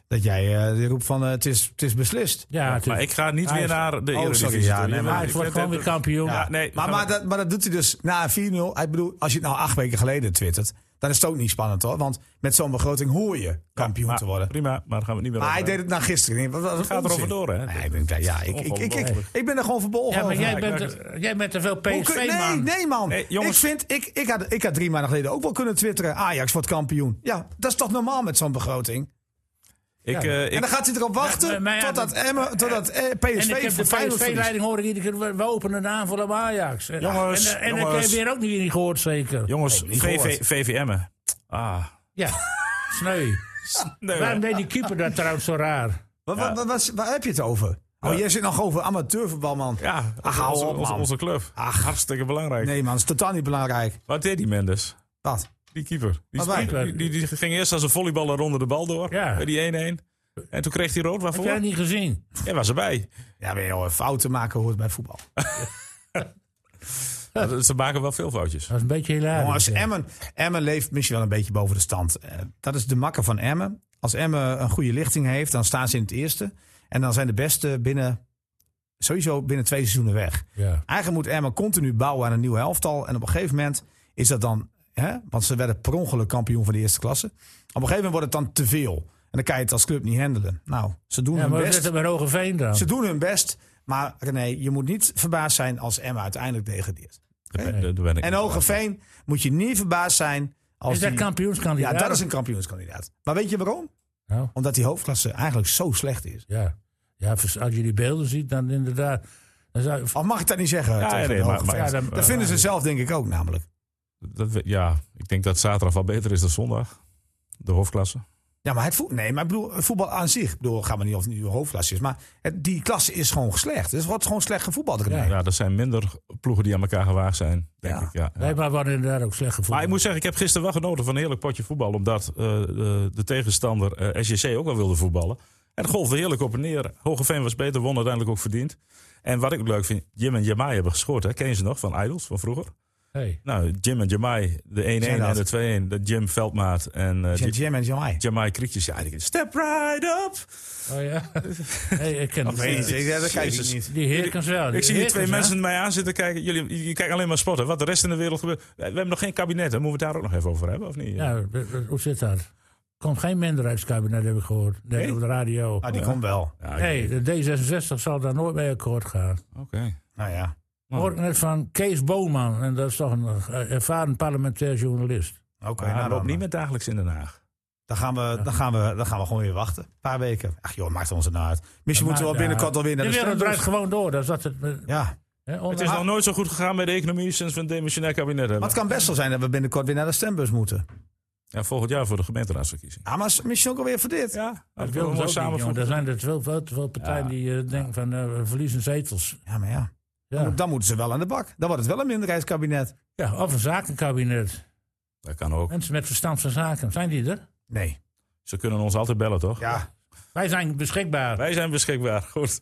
S5: dat jij eh roept van eh, het is, het is beslist.
S2: Ja,
S1: Maar ik ga niet weer
S5: Ajax-
S1: naar de
S5: Oh,
S1: Eredivisie.
S5: sorry, ja,
S1: toe.
S5: nee,
S1: Je
S5: maar
S1: weet-
S2: Hij
S1: ik
S2: wordt
S1: weet
S2: gewoon
S1: het-
S2: weer kampioen.
S1: Ja, nee,
S5: maar,
S1: gaan
S5: maar,
S1: we-
S5: dat, maar dat doet hij dus na 4-0. Ik bedoel, als je het nou acht weken geleden twittert, dan is het ook niet spannend hoor. Want met zo'n begroting hoor je kampioen
S1: maar-
S5: te worden.
S1: Prima, maar daar gaan we het niet meer
S5: Maar
S1: over
S5: hij deed
S1: hebben.
S5: het na gisteren. Wat, wat, wat
S1: gaat
S5: onzin.
S1: erover door, hè?
S5: Nee, ik, ben, klaar. ja, ik, ik, ik, ik,
S1: Ongelooflijk.
S5: ik ben er gewoon verbolgen
S2: Ja, maar
S5: over.
S2: jij
S1: ik
S2: bent,
S1: merk
S2: er- jij bent er veel
S5: Hoe kun-
S2: PSV,
S5: nee,
S2: man.
S5: nee, man.
S1: Nee, jongens.
S5: Ik vind, ik, ik, had, ik had drie maanden geleden ook wel kunnen twitteren. Ajax wordt kampioen. Ja, dat is toch normaal met zo'n begroting?
S1: Ik, eh, ik-
S5: en dan gaat hij erop wachten
S2: maar- maar ja,
S5: totdat,
S2: dat-
S5: Emmen, totdat eh,
S2: En ik
S5: PSV
S2: heb de
S5: voor Feyenoord verliest.
S2: PSV-leiding hoor ik iedere keer, we- we openen de aanval op Ajax. En-
S1: Jongens,
S2: en en dat
S1: jongens.
S2: heb je weer ook niet niet gehoord, zeker.
S1: jongens,
S5: niet
S1: VV,
S5: gehoord.
S1: VVM'en. Ah.
S2: Ja, sneu.
S1: Nee,
S2: Waarom deed die keeper dat trouwens zo raar?
S5: Wat- wat- wat- wat- Waar heb je het over? Oh, jij zit nog over amateurvoetbal, man.
S1: Ja,
S5: Ach, Ah, hou
S1: onze,
S5: op,
S1: onze,
S5: man.
S1: onze club. Hartstikke belangrijk.
S5: Nee, man, dat is totaal niet belangrijk.
S1: Wat deed die Mendes?
S5: Wat?
S1: Die keeper. Die,
S5: Wat
S1: sprong-
S2: wij?
S1: die, die, die ging eerst als een volleyballer onder de bal door.
S2: Ah, Ja.
S1: Bij die 1-1. En toen kreeg hij rood.
S2: Heb
S1: Waarvoor?
S2: jij dat niet gezien?
S1: Hij was erbij.
S5: Ja, maar joh, fouten maken hoort bij voetbal.
S1: Maar Ze maken wel veel foutjes.
S2: Dat is een beetje hilarisch.
S5: Jongens,
S2: ja.
S5: Emmen, Emmen leeft misschien wel een beetje boven de stand. Eh, dat is de makker van Emmen. Als Emmen een goede lichting heeft, dan staan ze in het eerste. En dan zijn de beste binnen, sowieso binnen twee seizoenen weg.
S2: Ja.
S5: Eigenlijk moet Emmen continu bouwen aan een nieuw elftal. En op een gegeven moment is dat dan... Hè, want ze werden per ongeluk kampioen van de eerste klasse. Op een gegeven moment wordt het dan te veel. En dan kan je het als club niet handelen. Nou, ze doen
S2: Ja,
S5: hun
S2: maar we
S5: best.
S2: zitten bij Hogeveen dan.
S5: Ze doen hun best. Maar René, je moet niet verbaasd zijn als Emma uiteindelijk degradeert.
S1: Daar ben- daar ben ik
S5: En Hogeveen moet je niet verbaasd zijn als
S2: Is dat
S5: die-
S2: kampioenskandidaat?
S5: Ja, dat is een kampioenskandidaat. Maar weet je waarom?
S2: Nou,
S5: Omdat die hoofdklasse eigenlijk zo slecht is.
S2: ja. ja, als je die beelden ziet, dan inderdaad... Dan zou,
S5: Of mag ik dat niet zeggen? tegen
S1: nee,
S5: de
S1: maar-
S5: Hogeveen?
S1: maar-
S2: ja, dan-
S5: dat vinden ze zelf denk ik ook namelijk.
S1: Dat, we- ja, ik denk dat zaterdag wel beter is dan zondag. De hoofdklasse.
S5: Ja, maar het voetbal, nee, maar ik bedoel, voetbal aan zich. Ik bedoel, gaan we niet of het nu een hoofdklasse is. Maar het- die klasse is gewoon slecht. Het wordt gewoon slecht gevoetbald. René.
S1: Ja, er zijn minder ploegen die aan elkaar gewaagd zijn, denk
S5: Ja.
S1: ik. Ja, ja.
S2: Wij maar waren inderdaad ook slecht gevoeld.
S1: Maar ik moet zeggen, ik heb gisteren wel genoten van een heerlijk potje voetbal. Omdat eh, de, de tegenstander eh, SJC ook wel wilde voetballen. En het golfde heerlijk op en neer. Hogeveen was beter, won uiteindelijk ook verdiend. En wat ik ook leuk vind, Jim en Jamai hebben gescoord. Hè? Ken je ze nog van Idols van vroeger?
S2: Hey.
S1: Nou, Jim en Jamai, de 1-1
S5: Zijn
S1: en
S5: dat?
S1: de 2-1. De Jim Veldmaat en eh
S5: Jam-
S1: die
S5: Jam en Jamai.
S1: Jamai Kriekjes. Ja, die- step right up!
S2: Oh ja? hey, ik ken
S5: Weet je, ja, dat kijk ik
S1: Jezus.
S5: niet.
S2: Die Heerkens wel. die
S1: Ik zie hier twee
S2: Heerkens, hè?
S1: mensen mij aan zitten kijken. Jullie, jullie kijken alleen maar sporten. Wat de rest in de wereld gebeurt. We hebben nog geen kabinet. Hè? Moeten we het daar ook nog even over hebben, of niet?
S2: Ja, w- w- hoe zit dat? Komt geen minderheidskabinet, heb ik gehoord. Net op de radio.
S5: Maar Ah, die komt wel.
S1: Ja, ik-
S2: Nee, de D66 zal daar nooit mee akkoord gaan.
S1: Oké.
S5: Nou ja.
S2: Hoor ik net van Kees Boman, en dat is toch een eh, ervaren parlementair journalist.
S5: Oké,
S1: Maar hij
S5: nou
S1: loopt
S5: dan.
S1: niet meer dagelijks in Den Haag.
S5: Dan gaan, we, dan, gaan we, dan gaan we gewoon weer wachten. Een paar weken. Ach joh, maakt ons het nou uit. Misschien moeten we wel binnenkort alweer naar de
S2: de wereld draait
S5: stembus.
S2: gewoon door. Dat is dat het, eh,
S5: Ja.
S2: hè,
S1: Het is
S2: onder-
S1: nog nooit zo goed gegaan bij de economie sinds we een demissionair kabinet
S5: Maar
S1: hebben.
S5: het kan best wel zijn dat we binnenkort weer naar de stembus moeten.
S1: Ja, volgend jaar voor de gemeenteraadsverkiezing.
S5: Ja, maar is misschien ook alweer voor dit.
S1: Ja,
S2: dat
S1: dat
S2: wil
S1: willen we
S2: ons
S1: mooi
S2: ook niet, jongen.
S1: samenvoegen.
S2: Er zijn er te veel, veel te veel partijen die eh, denken van eh, we verliezen zetels.
S5: Ja, maar ja. Dan,
S2: Ja.
S5: moet- dan moeten ze wel aan de bak. Dan wordt het wel een minderheidskabinet.
S2: ja, of een zakenkabinet.
S1: Dat kan ook.
S2: Mensen met verstand van zaken, zijn die er?
S5: Nee.
S1: Ze kunnen ons altijd bellen, toch?
S5: Ja.
S2: Wij zijn beschikbaar.
S1: Wij zijn beschikbaar. Goed.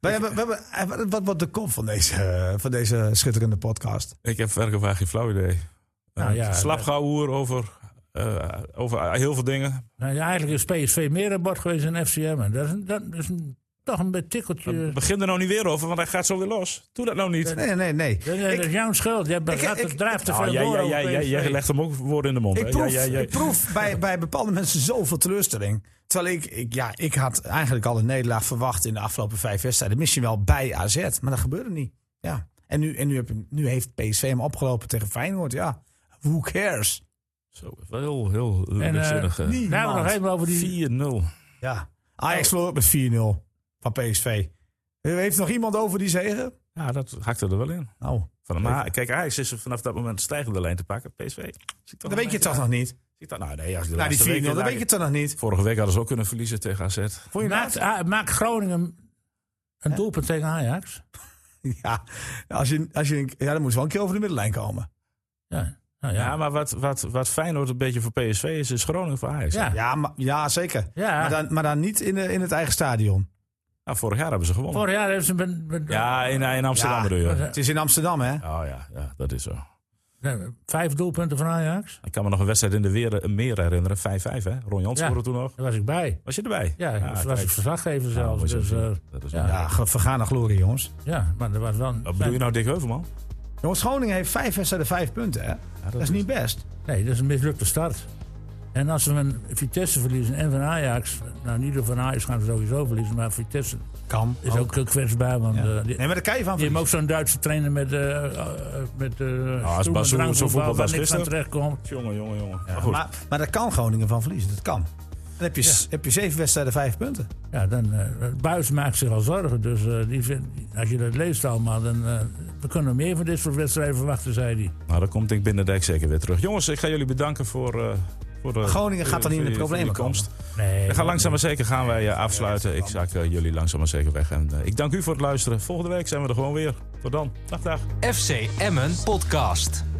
S5: We hebben, we hebben, eh, wat- wat wordt de kop van deze, eh, van deze schitterende podcast?
S1: Ik heb werkelijk waar geen flauw idee.
S2: Nou
S1: Eh,
S2: ja,
S1: Slapgehouden over, eh, over heel veel dingen.
S2: Nou, ja, eigenlijk is PSV meer aan bod geweest dan FCM. En dat is, een- dat is een, toch een betikkeltje.
S1: Begin er nou niet weer over, want hij gaat zo weer los. Doe dat nou niet.
S5: Nee, nee, nee.
S2: Dat is- dat is jouw schuld. Je
S5: ik-
S2: draait
S5: ik-
S2: te
S1: Ah,
S2: veel
S1: jij,
S2: door
S1: jij,
S2: over
S1: jij, jij,
S2: PSV.
S1: jij legt hem ook woorden in de mond. hè?
S5: Ik
S1: Eh, Ja,
S5: proef,
S1: ja, ja.
S5: ik proef bij, bij bepaalde mensen zoveel teleurstelling. Terwijl ik, ik, ja, ik had eigenlijk al een nederlaag verwacht in de afgelopen vijf wedstrijden. Misschien wel bij AZ, maar dat gebeurde niet. Ja. En, nu, en nu, heb, nu heeft PSV hem opgelopen tegen Feyenoord. Ja, who cares?
S1: Zo, wel heel, heel
S2: eh,
S1: lichtzinnig, eh.
S5: Niemand.
S2: Daar hebben we nog even over die...
S1: 4-0.
S5: Ja. Ajax verloor ook met 4-0 van PSV. Eh, Heeft nog iemand over die zegen?
S1: Ja, dat hakte er wel in.
S5: Nou,
S1: Van, maar kijk, Ajax is er vanaf dat moment een stijgende lijn te pakken. PSV. Zie ik toch
S5: dat weet je toch nog niet.
S1: Zie ik dat? Nou, nee, ja, de
S5: Nou,
S1: laatste
S5: die 4-0,
S1: weken
S5: dat weet
S1: lagen-
S5: je toch nog niet.
S1: Vorige week hadden ze ook kunnen verliezen tegen AZ.
S5: Vond je
S2: Maakt,
S5: dat?
S2: ah, maakt Groningen een doelpunt tegen Ajax?
S5: Ja, als je, als je, ja, dan moet ze wel een keer over de middenlijn komen.
S2: Ja. Nou,
S1: Ja,
S2: ja.
S1: maar wat, wat, wat Feyenoord een beetje voor PSV is, is Groningen voor Ajax.
S2: Ja.
S5: Ja, maar, ja zeker.
S2: Ja.
S5: Maar, dan, maar dan niet in, de, in het eigen stadion.
S1: Nou, vorig jaar hebben ze gewonnen.
S2: Vorig jaar hebben ze... ben- ben-
S1: Ja, in, in Amsterdam
S5: Ja.
S1: bedoel je.
S5: Het is in Amsterdam, hè?
S1: Oh ja, ja, dat is zo.
S2: eh, vijf doelpunten van Ajax.
S1: Ik kan me nog een wedstrijd in de weer, meer herinneren. 5-5 hè? Ron Jans
S2: Ja.
S1: scoorde toen nog.
S2: Daar was ik bij.
S1: Was je erbij? Ah,
S2: Ja, ik was, was ik
S1: kijk.
S2: verslaggever
S1: Nou,
S2: zelfs.
S1: moet je
S2: dus,
S1: hem zien.
S2: eh,
S1: Dat is
S2: ja.
S1: waar.
S5: Ja, ge- vergane glorie, jongens.
S2: ja, maar dat was wel... een-
S1: Wat bedoel je nou, Dick Heuvelman?
S5: Jongens, Groningen heeft vijf wedstrijden, vijf punten, hè? dat, is niet best.
S2: Nee, dat is een mislukte start. En als we van Vitesse verliezen en van Ajax... Nou, niet van Ajax gaan we sowieso verliezen, maar Vitesse
S5: Kan.
S2: is ook eh, kwetsbaar. Want eh, die-
S5: Nee, maar daar kan je van
S2: Je hebt
S5: verliezen.
S2: ook zo'n Duitse trainer met... eh, eh, met eh
S1: Nou, als
S2: stoelen,
S1: Basel
S2: drankvoetbal,
S1: zo voetbalt als
S2: waar niks
S1: gisteren.
S2: aan terechtkomt.
S1: Jongen, jongen, jongen. Maar goed.
S5: Maar, maar daar kan Groningen van verliezen, dat kan. Dan heb je, s- heb je zeven wedstrijden, vijf punten.
S2: Ja, dan, eh Buis maakt zich al zorgen. Dus eh, die vindt- als je dat leest allemaal, dan eh, we kunnen meer van dit soort wedstrijden verwachten, zei hij.
S1: Nou, dan komt Dick Binnendijk zeker weer terug. Jongens, ik ga jullie bedanken voor... eh, voor de,
S5: Groningen gaat dan niet in de
S1: voor- voor
S5: problemen
S1: jullie komst.
S2: Nee,
S1: We gaan langzaam maar zeker gaan wij eh, afsluiten. Ik zak eh, jullie langzaam maar zeker weg. En eh, ik dank u voor het luisteren. Volgende week zijn we er gewoon weer. Tot dan. Dag, dag.
S4: FC Emmen Podcast.